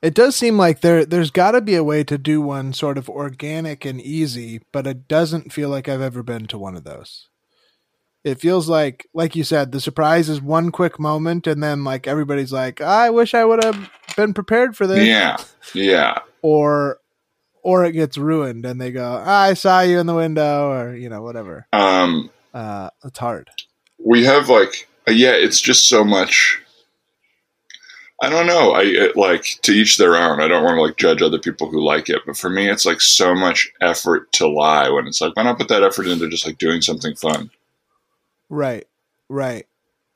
[SPEAKER 3] It does seem like there there's got to be a way to do one sort of organic and easy, but it doesn't feel like I've ever been to one of those. It feels like like you said the surprise is one quick moment and then like everybody's like, "I wish I would have been prepared for this."
[SPEAKER 2] Yeah. Yeah.
[SPEAKER 3] Or or it gets ruined and they go, "I saw you in the window" or you know, whatever.
[SPEAKER 2] Um,
[SPEAKER 3] Uh it's hard.
[SPEAKER 2] we have like uh, yeah it's just so much i don't know i it, like to each their own i don't want to like judge other people who like it but for me it's like so much effort to lie when it's like why not put that effort into just like doing something fun
[SPEAKER 3] Right. Right.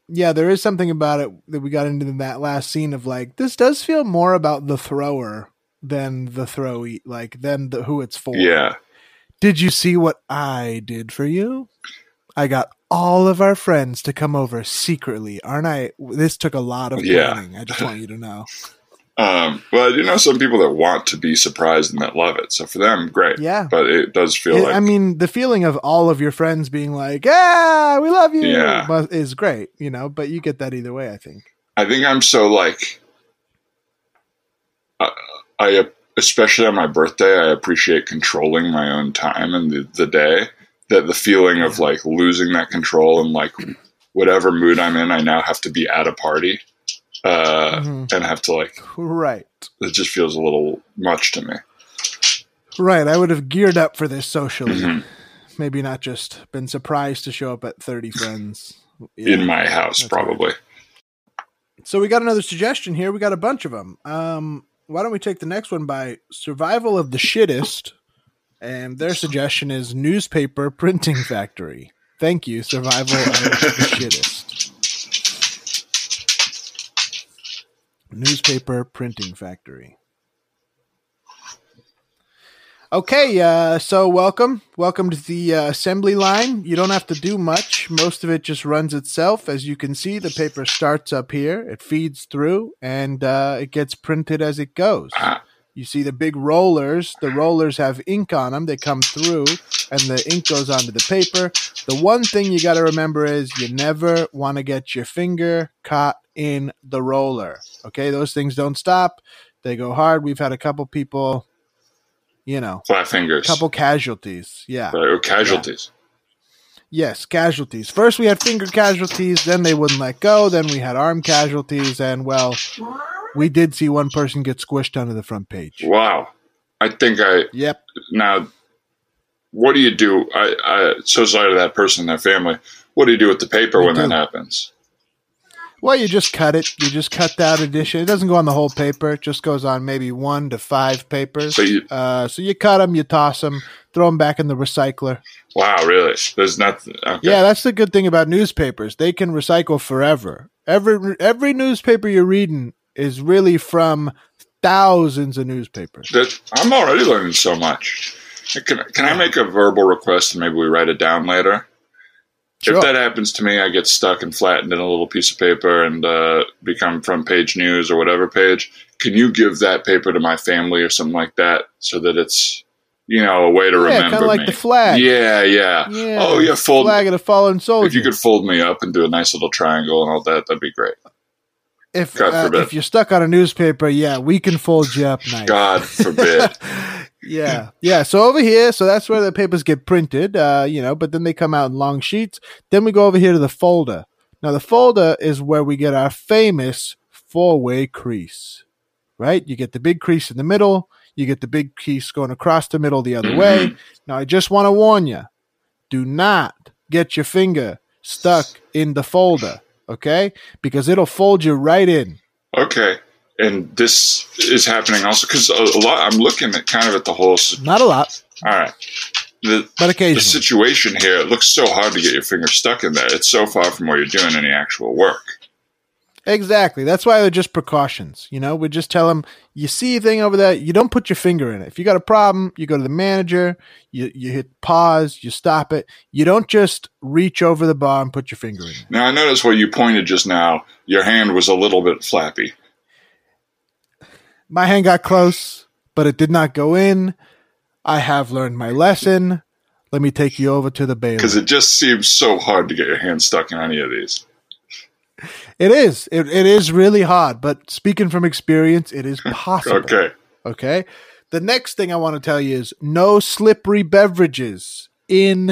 [SPEAKER 3] Yeah, there is something about it that we got into in that last scene of like this does feel more about the thrower than the throwee, like than the who it's for.
[SPEAKER 2] yeah
[SPEAKER 3] Did you see what I did for you? I got all of our friends to come over secretly, aren't I? This took a lot of
[SPEAKER 2] Yeah.
[SPEAKER 3] planning. I just want you to know.
[SPEAKER 2] um but you know some people that want to be surprised and that love it so for them great
[SPEAKER 3] Yeah.
[SPEAKER 2] but it does feel
[SPEAKER 3] It-
[SPEAKER 2] like
[SPEAKER 3] I mean, the feeling of all of your friends being like, "Yeah, we love you,"
[SPEAKER 2] Yeah.
[SPEAKER 3] mu- is great, you know. But you get that either way, I think.
[SPEAKER 2] I think I'm so like, I, I especially on my birthday, I appreciate controlling my own time and the, the day. That the feeling of like losing that control and like whatever mood I'm in, I now have to be at a party uh,
[SPEAKER 3] Mhm.
[SPEAKER 2] and have to like.
[SPEAKER 3] Right.
[SPEAKER 2] It just feels a little much to me.
[SPEAKER 3] Right. I would have geared up for this socially.
[SPEAKER 2] Mhm.
[SPEAKER 3] Maybe not just been surprised to show up at 30 friends.
[SPEAKER 2] In my house,
[SPEAKER 3] that's
[SPEAKER 2] probably.
[SPEAKER 3] So we got another suggestion here. We got a bunch of them. Um, why don't we take the next one by Survival of the Shittest? And their suggestion is Newspaper Printing Factory. Thank you, Survival of the Shittest. Newspaper Printing Factory. Okay, uh, so welcome. Welcome to the uh, assembly line. You don't have to do much. Most of it just runs itself. As you can see, the paper starts up here, it feeds through, and uh, it gets printed as it goes.
[SPEAKER 2] Ah.
[SPEAKER 3] You see the big rollers. The rollers have ink on them. They come through, and the ink goes onto the paper. The one thing you got to remember is you never want to get your finger caught in the roller. Okay, those things don't stop, they go hard. We've had a couple people, you know
[SPEAKER 2] Flat fingers.
[SPEAKER 3] couple casualties. Yeah.
[SPEAKER 2] Right, or casualties.
[SPEAKER 3] Yes, casualties. First we had finger casualties, then they wouldn't let go, then we had arm casualties, and well, we did see one person get squished onto the front page.
[SPEAKER 2] Wow. I think I
[SPEAKER 3] Yep.
[SPEAKER 2] now what do you do i i so sorry to that person and their family what do you do with the paper
[SPEAKER 3] You
[SPEAKER 2] when that
[SPEAKER 3] do.
[SPEAKER 2] happens
[SPEAKER 3] Well, you just cut it. You just cut that edition. It doesn't go on the whole paper. It just goes on maybe one to five papers.
[SPEAKER 2] So you-
[SPEAKER 3] uh, so you cut them, you toss them, throw them back in the recycler.
[SPEAKER 2] wow really there's nothing okay.
[SPEAKER 3] Yeah, that's the good thing about newspapers. They can recycle forever. Every every newspaper you're reading is really from thousands of newspapers.
[SPEAKER 2] That- i'm already learning so much can, can i make a verbal request and maybe we write it down later
[SPEAKER 3] Sure.
[SPEAKER 2] if that happens to me i get stuck and flattened in a little piece of paper and uh, become front page news or whatever page can you give that paper to my family or something like that so that it's you know a way to
[SPEAKER 3] yeah, kind
[SPEAKER 2] remember
[SPEAKER 3] of like
[SPEAKER 2] me
[SPEAKER 3] the flag.
[SPEAKER 2] yeah, yeah
[SPEAKER 3] Yeah,
[SPEAKER 2] oh yeah fold
[SPEAKER 3] flag of the fallen soldier.
[SPEAKER 2] if you could fold me up and do a nice little triangle and all that, that'd be great.
[SPEAKER 3] if,
[SPEAKER 2] God
[SPEAKER 3] uh,
[SPEAKER 2] forbid.
[SPEAKER 3] if you're stuck on a newspaper, yeah, we can fold you up nice.
[SPEAKER 2] God forbid.
[SPEAKER 3] yeah, yeah. So over here, so that's where the papers get printed, uh, you know. But then they come out in long sheets. Then we go over here to the folder. Now the folder is where we get our famous four-way crease, right? You get the big crease in the middle. You get the big crease going across the middle the other way. Now I just want to warn you: do not get your finger stuck in the folder, okay? Because it'll fold you right in.
[SPEAKER 2] Okay. And this is happening also because a, a lot. I'm looking at kind of at the whole. s-
[SPEAKER 3] Not a lot,
[SPEAKER 2] All right. The,
[SPEAKER 3] but
[SPEAKER 2] the
[SPEAKER 3] occasionally.
[SPEAKER 2] situation here it looks so hard to get your finger stuck in there. It's so far from where you're doing any actual work.
[SPEAKER 3] Exactly. That's why they're just precautions. You know, we just tell them you see a thing over there, you don't put your finger in it. If you got a problem, you go to the manager, you, you hit pause, you stop it. You don't just reach over the bar and put your finger in it.
[SPEAKER 2] Now I noticed where you pointed just now. Your hand was a little bit flappy.
[SPEAKER 3] My hand got close, but it did not go in. I have learned my lesson. Let me take you over to the bailiff.
[SPEAKER 2] because it just seems so hard to get your hand stuck in any of these.
[SPEAKER 3] It is. It, it is really hard, but speaking from experience, it is possible.
[SPEAKER 2] Okay.
[SPEAKER 3] Okay. The next thing I want to tell you is no slippery beverages in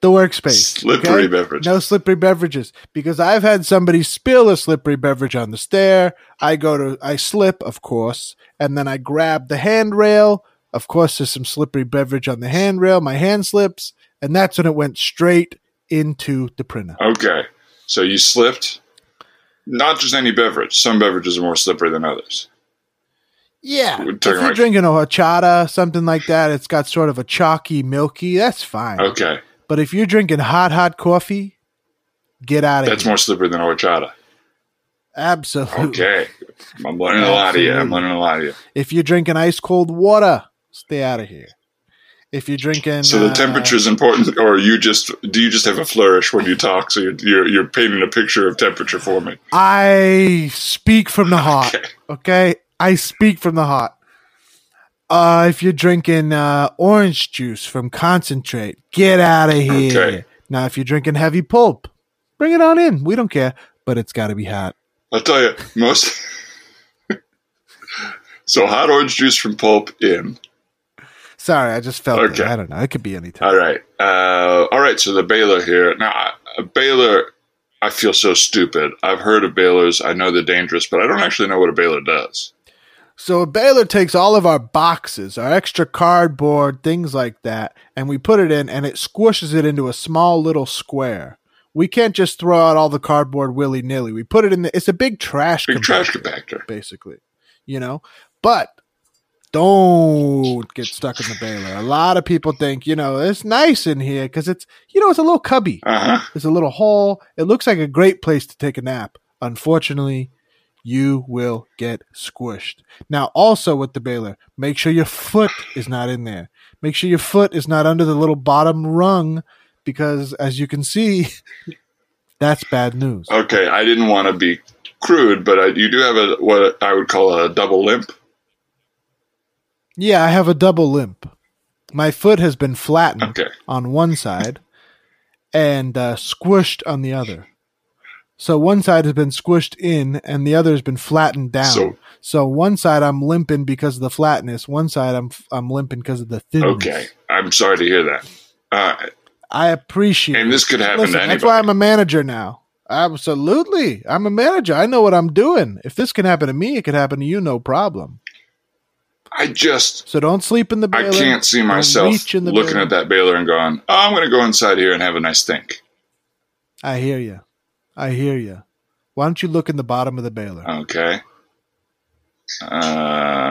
[SPEAKER 3] the workspace.
[SPEAKER 2] Slippery
[SPEAKER 3] okay?
[SPEAKER 2] beverage.
[SPEAKER 3] No slippery beverages because I've had somebody spill a slippery beverage on the stair. I go to, I slip, of course, and then I grab the handrail. Of course, there's some slippery beverage on the handrail. My hand slips, and that's when it went straight into the printer.
[SPEAKER 2] Okay. So you slipped. Not just any beverage. Some beverages are more slippery than others.
[SPEAKER 3] Yeah.
[SPEAKER 2] We're
[SPEAKER 3] If
[SPEAKER 2] talking
[SPEAKER 3] you're
[SPEAKER 2] like-
[SPEAKER 3] drinking a horchata, something like that, it's got sort of a chalky, milky, that's fine.
[SPEAKER 2] Okay.
[SPEAKER 3] But if you're drinking hot, hot coffee, get out of
[SPEAKER 2] That's
[SPEAKER 3] here.
[SPEAKER 2] more slippery than horchata.
[SPEAKER 3] Absolutely.
[SPEAKER 2] Okay. I'm learning a lot of you. I'm learning a lot of you.
[SPEAKER 3] If you're drinking ice cold water, stay out of here. If you're drinking.
[SPEAKER 2] So the
[SPEAKER 3] uh,
[SPEAKER 2] temperature is important, or you just do you just have a flourish when you talk? So you're you're, you're painting a picture of temperature for me.
[SPEAKER 3] I speak from the heart.
[SPEAKER 2] Okay.
[SPEAKER 3] Okay. I speak from the heart. Uh, if you're drinking uh, orange juice from concentrate, get out of here.
[SPEAKER 2] Okay.
[SPEAKER 3] Now, if you're drinking heavy pulp, bring it on in. We don't care, but it's got to be hot.
[SPEAKER 2] I'll tell you most. so hot orange juice from pulp in.
[SPEAKER 3] Sorry, I just felt
[SPEAKER 2] Okay.
[SPEAKER 3] it. I don't know. It could be any time.
[SPEAKER 2] All right. Uh, all right. So the Baylor here. Now, I- a Baylor, I feel so stupid. I've heard of Baylors. I know they're dangerous, but I don't actually know what a Baylor does.
[SPEAKER 3] So a baler takes all of our boxes, our extra cardboard, things like that, and we put it in and it squishes it into a small little square. We can't just throw out all the cardboard willy nilly. We put it in the it's a big trash
[SPEAKER 2] Big trash
[SPEAKER 3] compactor,
[SPEAKER 2] compactor.
[SPEAKER 3] basically. You know? But don't get stuck in the baler. A lot of people think, you know, it's nice in here because it's you know, it's a little cubby.
[SPEAKER 2] Uh huh.
[SPEAKER 3] There's a little hole. It looks like a great place to take a nap. Unfortunately, you will get squished. Now, also with the baler, make sure your foot is not in there. Make sure your foot is not under the little bottom rung because, as you can see, that's bad news.
[SPEAKER 2] Okay. I didn't want to be crude, but I, you do have a what I would call a double limp.
[SPEAKER 3] Yeah, I have a double limp. My foot has been flattened
[SPEAKER 2] Okay.
[SPEAKER 3] on one side and uh, squished on the other. So one side has been squished in and the other has been flattened down.
[SPEAKER 2] So-
[SPEAKER 3] So, one side I'm limping because of the flatness. One side I'm I'm limping because of the thinness.
[SPEAKER 2] Okay. I'm sorry to hear that. Uh,
[SPEAKER 3] I appreciate.
[SPEAKER 2] and
[SPEAKER 3] it.
[SPEAKER 2] this could happen
[SPEAKER 3] Listen,
[SPEAKER 2] to anybody.
[SPEAKER 3] that's why I'm a manager now. Absolutely, I'm a manager. I know what I'm doing. If this can happen to me, it could happen to you, no problem.
[SPEAKER 2] I just
[SPEAKER 3] So don't sleep in the.
[SPEAKER 2] I
[SPEAKER 3] baler.
[SPEAKER 2] can't see
[SPEAKER 3] Don't
[SPEAKER 2] myself
[SPEAKER 3] reach in the
[SPEAKER 2] looking
[SPEAKER 3] baler.
[SPEAKER 2] at that Baylor and going, "Oh, I'm going to go inside here and have a nice think."
[SPEAKER 3] I hear you. I hear you. Why don't you look in the bottom of the baler?
[SPEAKER 2] Okay. Uh, all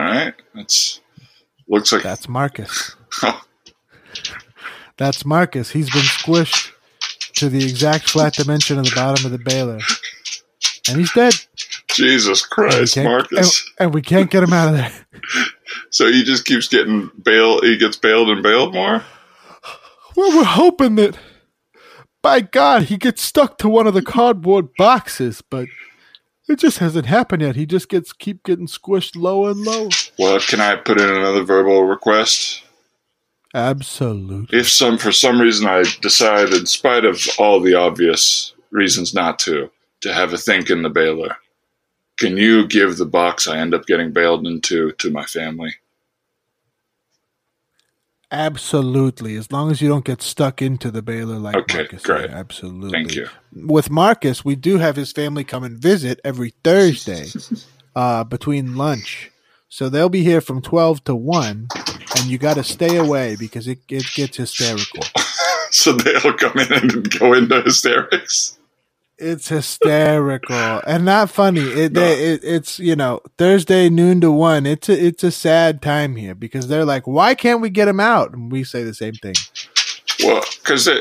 [SPEAKER 2] right. That's looks like
[SPEAKER 3] That's Marcus. That's Marcus. He's been squished to the exact flat dimension of the bottom of the baler. And he's dead.
[SPEAKER 2] Jesus
[SPEAKER 3] And we
[SPEAKER 2] Christ,
[SPEAKER 3] can't-
[SPEAKER 2] Marcus.
[SPEAKER 3] And, and we can't get him out of there.
[SPEAKER 2] So he just keeps getting bail. He gets bailed and bailed more.
[SPEAKER 3] Well, we're hoping that, by God, he gets stuck to one of the cardboard boxes, but it just hasn't happened yet. He just gets keep getting squished lower and lower.
[SPEAKER 2] Well, can I put in another verbal request?
[SPEAKER 3] Absolutely.
[SPEAKER 2] If some for some reason I decide, in spite of all the obvious reasons not to, to have a think in the Baylor, can you give the box I end up getting bailed into to my family?
[SPEAKER 3] Absolutely. As long as you don't get stuck into the baler like
[SPEAKER 2] Okay,
[SPEAKER 3] Marcus. did.
[SPEAKER 2] great.
[SPEAKER 3] Absolutely.
[SPEAKER 2] Thank you.
[SPEAKER 3] with Marcus, we do have his family come and visit every Thursday uh, between lunch. So they'll be here from 12 to 1, and and you got to stay away because it, it gets hysterical.
[SPEAKER 2] so they'll come in and go into hysterics.
[SPEAKER 3] It's hysterical and not funny. It, they, it it's you know Thursday noon to one. It's a, it's a sad time here because they're like, why can't we get him out? And we say the same thing.
[SPEAKER 2] Well, because I,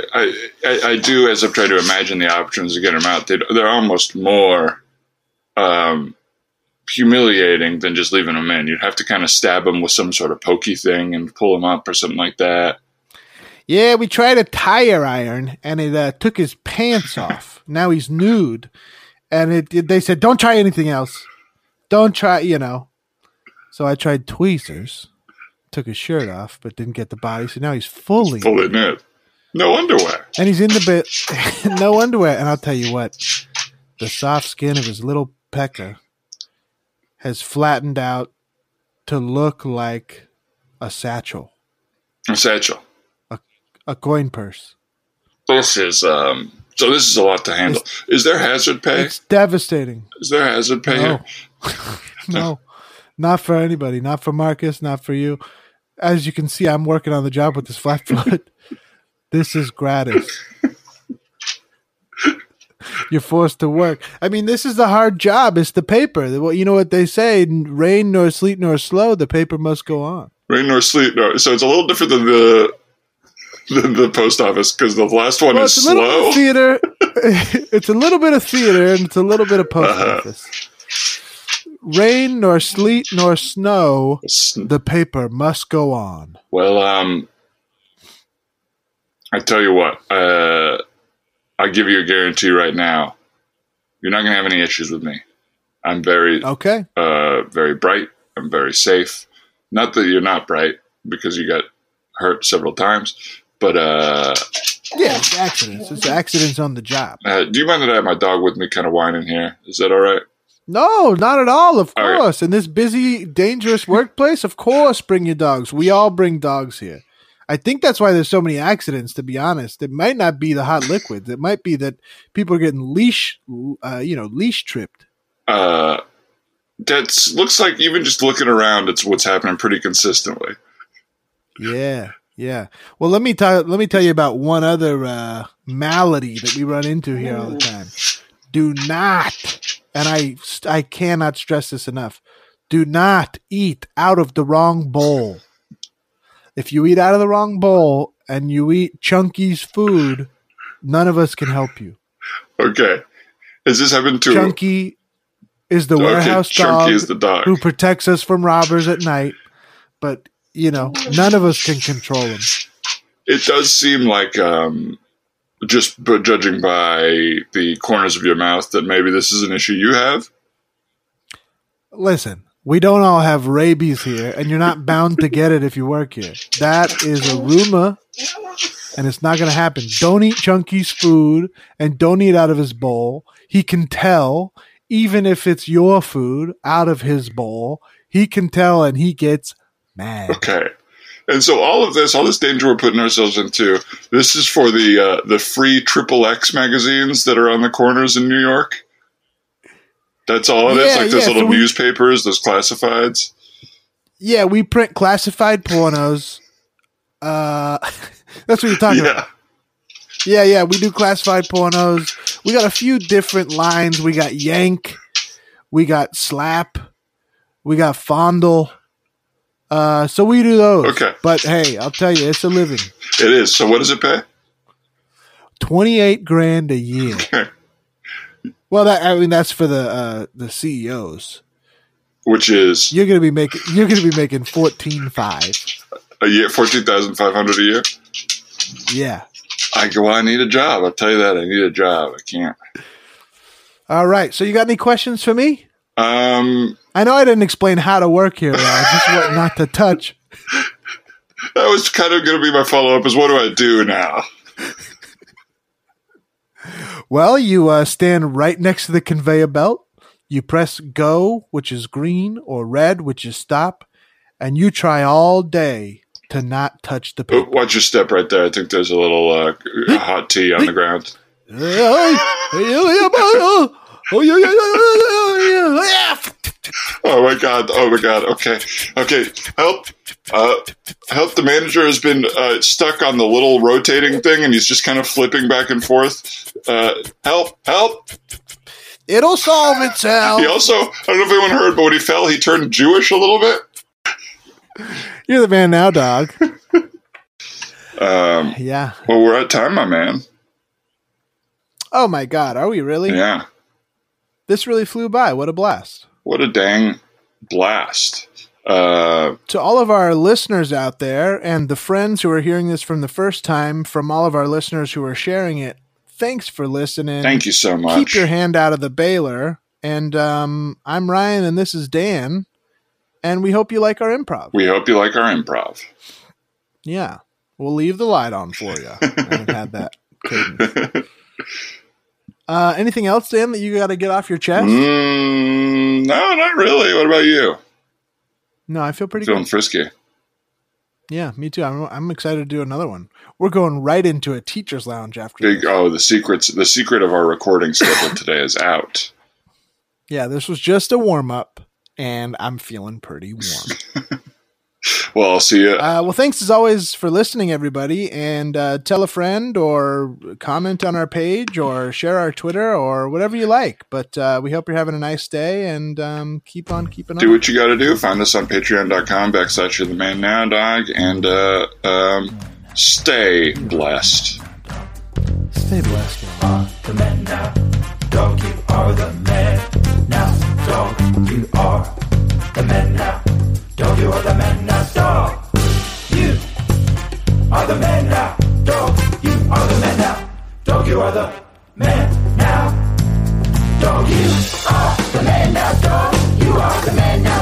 [SPEAKER 2] I I do as I've tried to imagine the options to get them out. They, they're almost more um, humiliating than just leaving them in. You'd have to kind of stab them with some sort of pokey thing and pull them up or something like that.
[SPEAKER 3] Yeah, we tried a tire iron and it uh, took his pants off. Now he's nude, and it, it- they said don't try anything else. Don't try, you know. So I tried tweezers, took his shirt off, but didn't get the body. So now he's fully,
[SPEAKER 2] Pull it in. No underwear.
[SPEAKER 3] and he's in the bed, no underwear. And I'll tell you what, the soft skin of his little pecker has flattened out to look like a satchel,
[SPEAKER 2] A satchel.
[SPEAKER 3] a coin purse.
[SPEAKER 2] This is um. So this is a lot to handle. Is there hazard pay?
[SPEAKER 3] It's devastating.
[SPEAKER 2] Is there hazard pay?
[SPEAKER 3] No.
[SPEAKER 2] here?
[SPEAKER 3] no, not for anybody. Not for Marcus. Not for you. As you can see, I'm working on the job with this flat foot. this is gratis. You're forced to work. I mean, this is the hard job. It's the paper. The- well, You know what they say: rain nor sleet nor slow, the paper must go on.
[SPEAKER 2] Rain nor sleet. No. So it's a little different than the than the post office because the last one
[SPEAKER 3] Well,
[SPEAKER 2] is
[SPEAKER 3] it's a little bit
[SPEAKER 2] slow.
[SPEAKER 3] of theater. it's a little bit of theater and it's a little bit of post
[SPEAKER 2] Uh-huh.
[SPEAKER 3] office. Rain nor sleet nor snow,
[SPEAKER 2] It's-
[SPEAKER 3] the paper must go on.
[SPEAKER 2] Well, um, I tell you what. Uh, I give you a guarantee right now. You're not going to have any issues with me. I'm very
[SPEAKER 3] Okay.
[SPEAKER 2] uh, very bright. I'm very safe. Not that you're not bright because you got hurt several times, but uh,
[SPEAKER 3] Yeah, it's accidents. It's accidents on the job.
[SPEAKER 2] uh, do you mind that I have my dog with me kind of whining here? Is that all right?
[SPEAKER 3] No, not at all. Of
[SPEAKER 2] All right.
[SPEAKER 3] course. In this busy, dangerous workplace, of course, bring your dogs. We all bring dogs here. I think that's why there's so many accidents. To be honest, it might not be the hot liquids. It might be that people are getting leash, uh, you know, leash tripped.
[SPEAKER 2] Uh, that looks like even just looking around, it's what's happening pretty consistently.
[SPEAKER 3] Yeah, yeah. Well, let me tell let me tell you about one other uh, malady that we run into here all the time. Do not, and I st- I cannot stress this enough. Do not eat out of the wrong bowl. If you eat out of the wrong bowl and you eat Chunky's food, none of us can help you.
[SPEAKER 2] Okay, has this happened to?
[SPEAKER 3] Chunky is the
[SPEAKER 2] okay,
[SPEAKER 3] warehouse dog
[SPEAKER 2] Chunky is the dog.
[SPEAKER 3] who protects us from robbers at night, but you know none of us can control him.
[SPEAKER 2] It does seem like, um, just b- judging by the corners of your mouth, that maybe this is an issue you have.
[SPEAKER 3] Listen, we don't all have rabies here, and you're not bound to get it if you work here. That is a rumor, and it's not going to happen. Don't eat Chunky's food, and don't eat out of his bowl. He can tell, even if it's your food out of his bowl, he can tell, and he gets mad.
[SPEAKER 2] Okay. And so all of this, all this danger we're putting ourselves into, this is for the uh, the free triple X magazines that are on the corners in New York. That's all it is.
[SPEAKER 3] Yeah,
[SPEAKER 2] Like those
[SPEAKER 3] yeah,
[SPEAKER 2] little
[SPEAKER 3] so we-
[SPEAKER 2] newspapers, those classifieds.
[SPEAKER 3] Yeah, we print classified pornos. Uh, that's what you're talking about.
[SPEAKER 2] Yeah,
[SPEAKER 3] Yeah, yeah, we do classified pornos. We got a few different lines. We got yank, we got slap, we got fondle. Uh, so we do those.
[SPEAKER 2] Okay.
[SPEAKER 3] But hey, I'll tell you, it's a living.
[SPEAKER 2] it is. So what does it pay?
[SPEAKER 3] Twenty-eight grand a year. well, that I mean, that's for the uh, the CEOs.
[SPEAKER 2] Which is
[SPEAKER 3] You're gonna be making you're gonna be making fourteen five.
[SPEAKER 2] a year, fourteen thousand five hundred a year.
[SPEAKER 3] Yeah.
[SPEAKER 2] I go. I need a job. I'll tell you that. I need a job. I can't.
[SPEAKER 3] All right. So you got any questions for me?
[SPEAKER 2] Um,
[SPEAKER 3] I know I didn't explain how to work here. Uh, just what not to touch.
[SPEAKER 2] that was kind of going to be my follow up. Is what do I do now?
[SPEAKER 3] Well, you uh, stand right next to the conveyor belt. You press go, which is green, or red, which is stop, and you try all day to not touch the
[SPEAKER 2] Oh,
[SPEAKER 3] paper.
[SPEAKER 2] Watch your step right there. I think there's a little uh, hot tea on the ground.
[SPEAKER 3] Ah,
[SPEAKER 2] Oh my god! Oh my god! Okay, okay. Help! Uh, help! The manager has been uh, stuck on the little rotating thing, and he's just kind of flipping back and forth. Uh, help! Help!
[SPEAKER 4] It'll solve
[SPEAKER 2] He
[SPEAKER 3] Oh.
[SPEAKER 4] itself.
[SPEAKER 2] also, I don't know if anyone heard, but when he fell, he turned Jewish a little bit.
[SPEAKER 3] You're the man now, dog.
[SPEAKER 2] Um,
[SPEAKER 3] yeah.
[SPEAKER 2] well, we're at time, my man.
[SPEAKER 3] Oh my God, are we really?
[SPEAKER 2] Yeah.
[SPEAKER 3] This really flew by. What a blast.
[SPEAKER 2] What a dang blast! Uh,
[SPEAKER 3] To all of our listeners out there and the friends who are hearing this from the first time, from all of our listeners who are sharing it, thanks for listening.
[SPEAKER 2] thank you so much.
[SPEAKER 3] Keep your hand out of the baler. And um, I'm Ryan, and this is Dan. And we hope you like our improv.
[SPEAKER 2] we hope you like our improv.
[SPEAKER 3] Yeah. We'll leave the light on for you. I haven't had that. cadence. Uh, anything else, Dan, that you got to get off your chest?
[SPEAKER 2] Mm-hmm. Mm, no, not really. What about you?
[SPEAKER 3] No, I feel pretty
[SPEAKER 2] Feeling
[SPEAKER 3] good.
[SPEAKER 2] frisky.
[SPEAKER 3] Yeah, me too. I'm, I'm excited to do another one. We're going right into a teacher's lounge after
[SPEAKER 2] Big
[SPEAKER 3] this.
[SPEAKER 2] oh, the secrets. The secret of our recording schedule today is out.
[SPEAKER 3] Yeah, this was just a warm up, and I'm feeling pretty warm.
[SPEAKER 2] Well, I'll see you.
[SPEAKER 3] uh, well, thanks as always for listening, everybody, and uh, tell a friend or comment on our page or share our Twitter or whatever you like. But uh, we hope you're having a nice day and um, keep on keeping
[SPEAKER 2] do
[SPEAKER 3] on.
[SPEAKER 2] what you got to do. Find us on patreon.com backslash you're the man now, dog. And uh, um, stay blessed.
[SPEAKER 3] Stay blessed. y'all.
[SPEAKER 1] are the men now. Dog, you are the man now. Dog, you are the man now. Dog, you are the man now. Dog, you are the man now. Dog, you are the man now. Dog, you are the man now. Dog, you are the man now. Dog, you are the man now.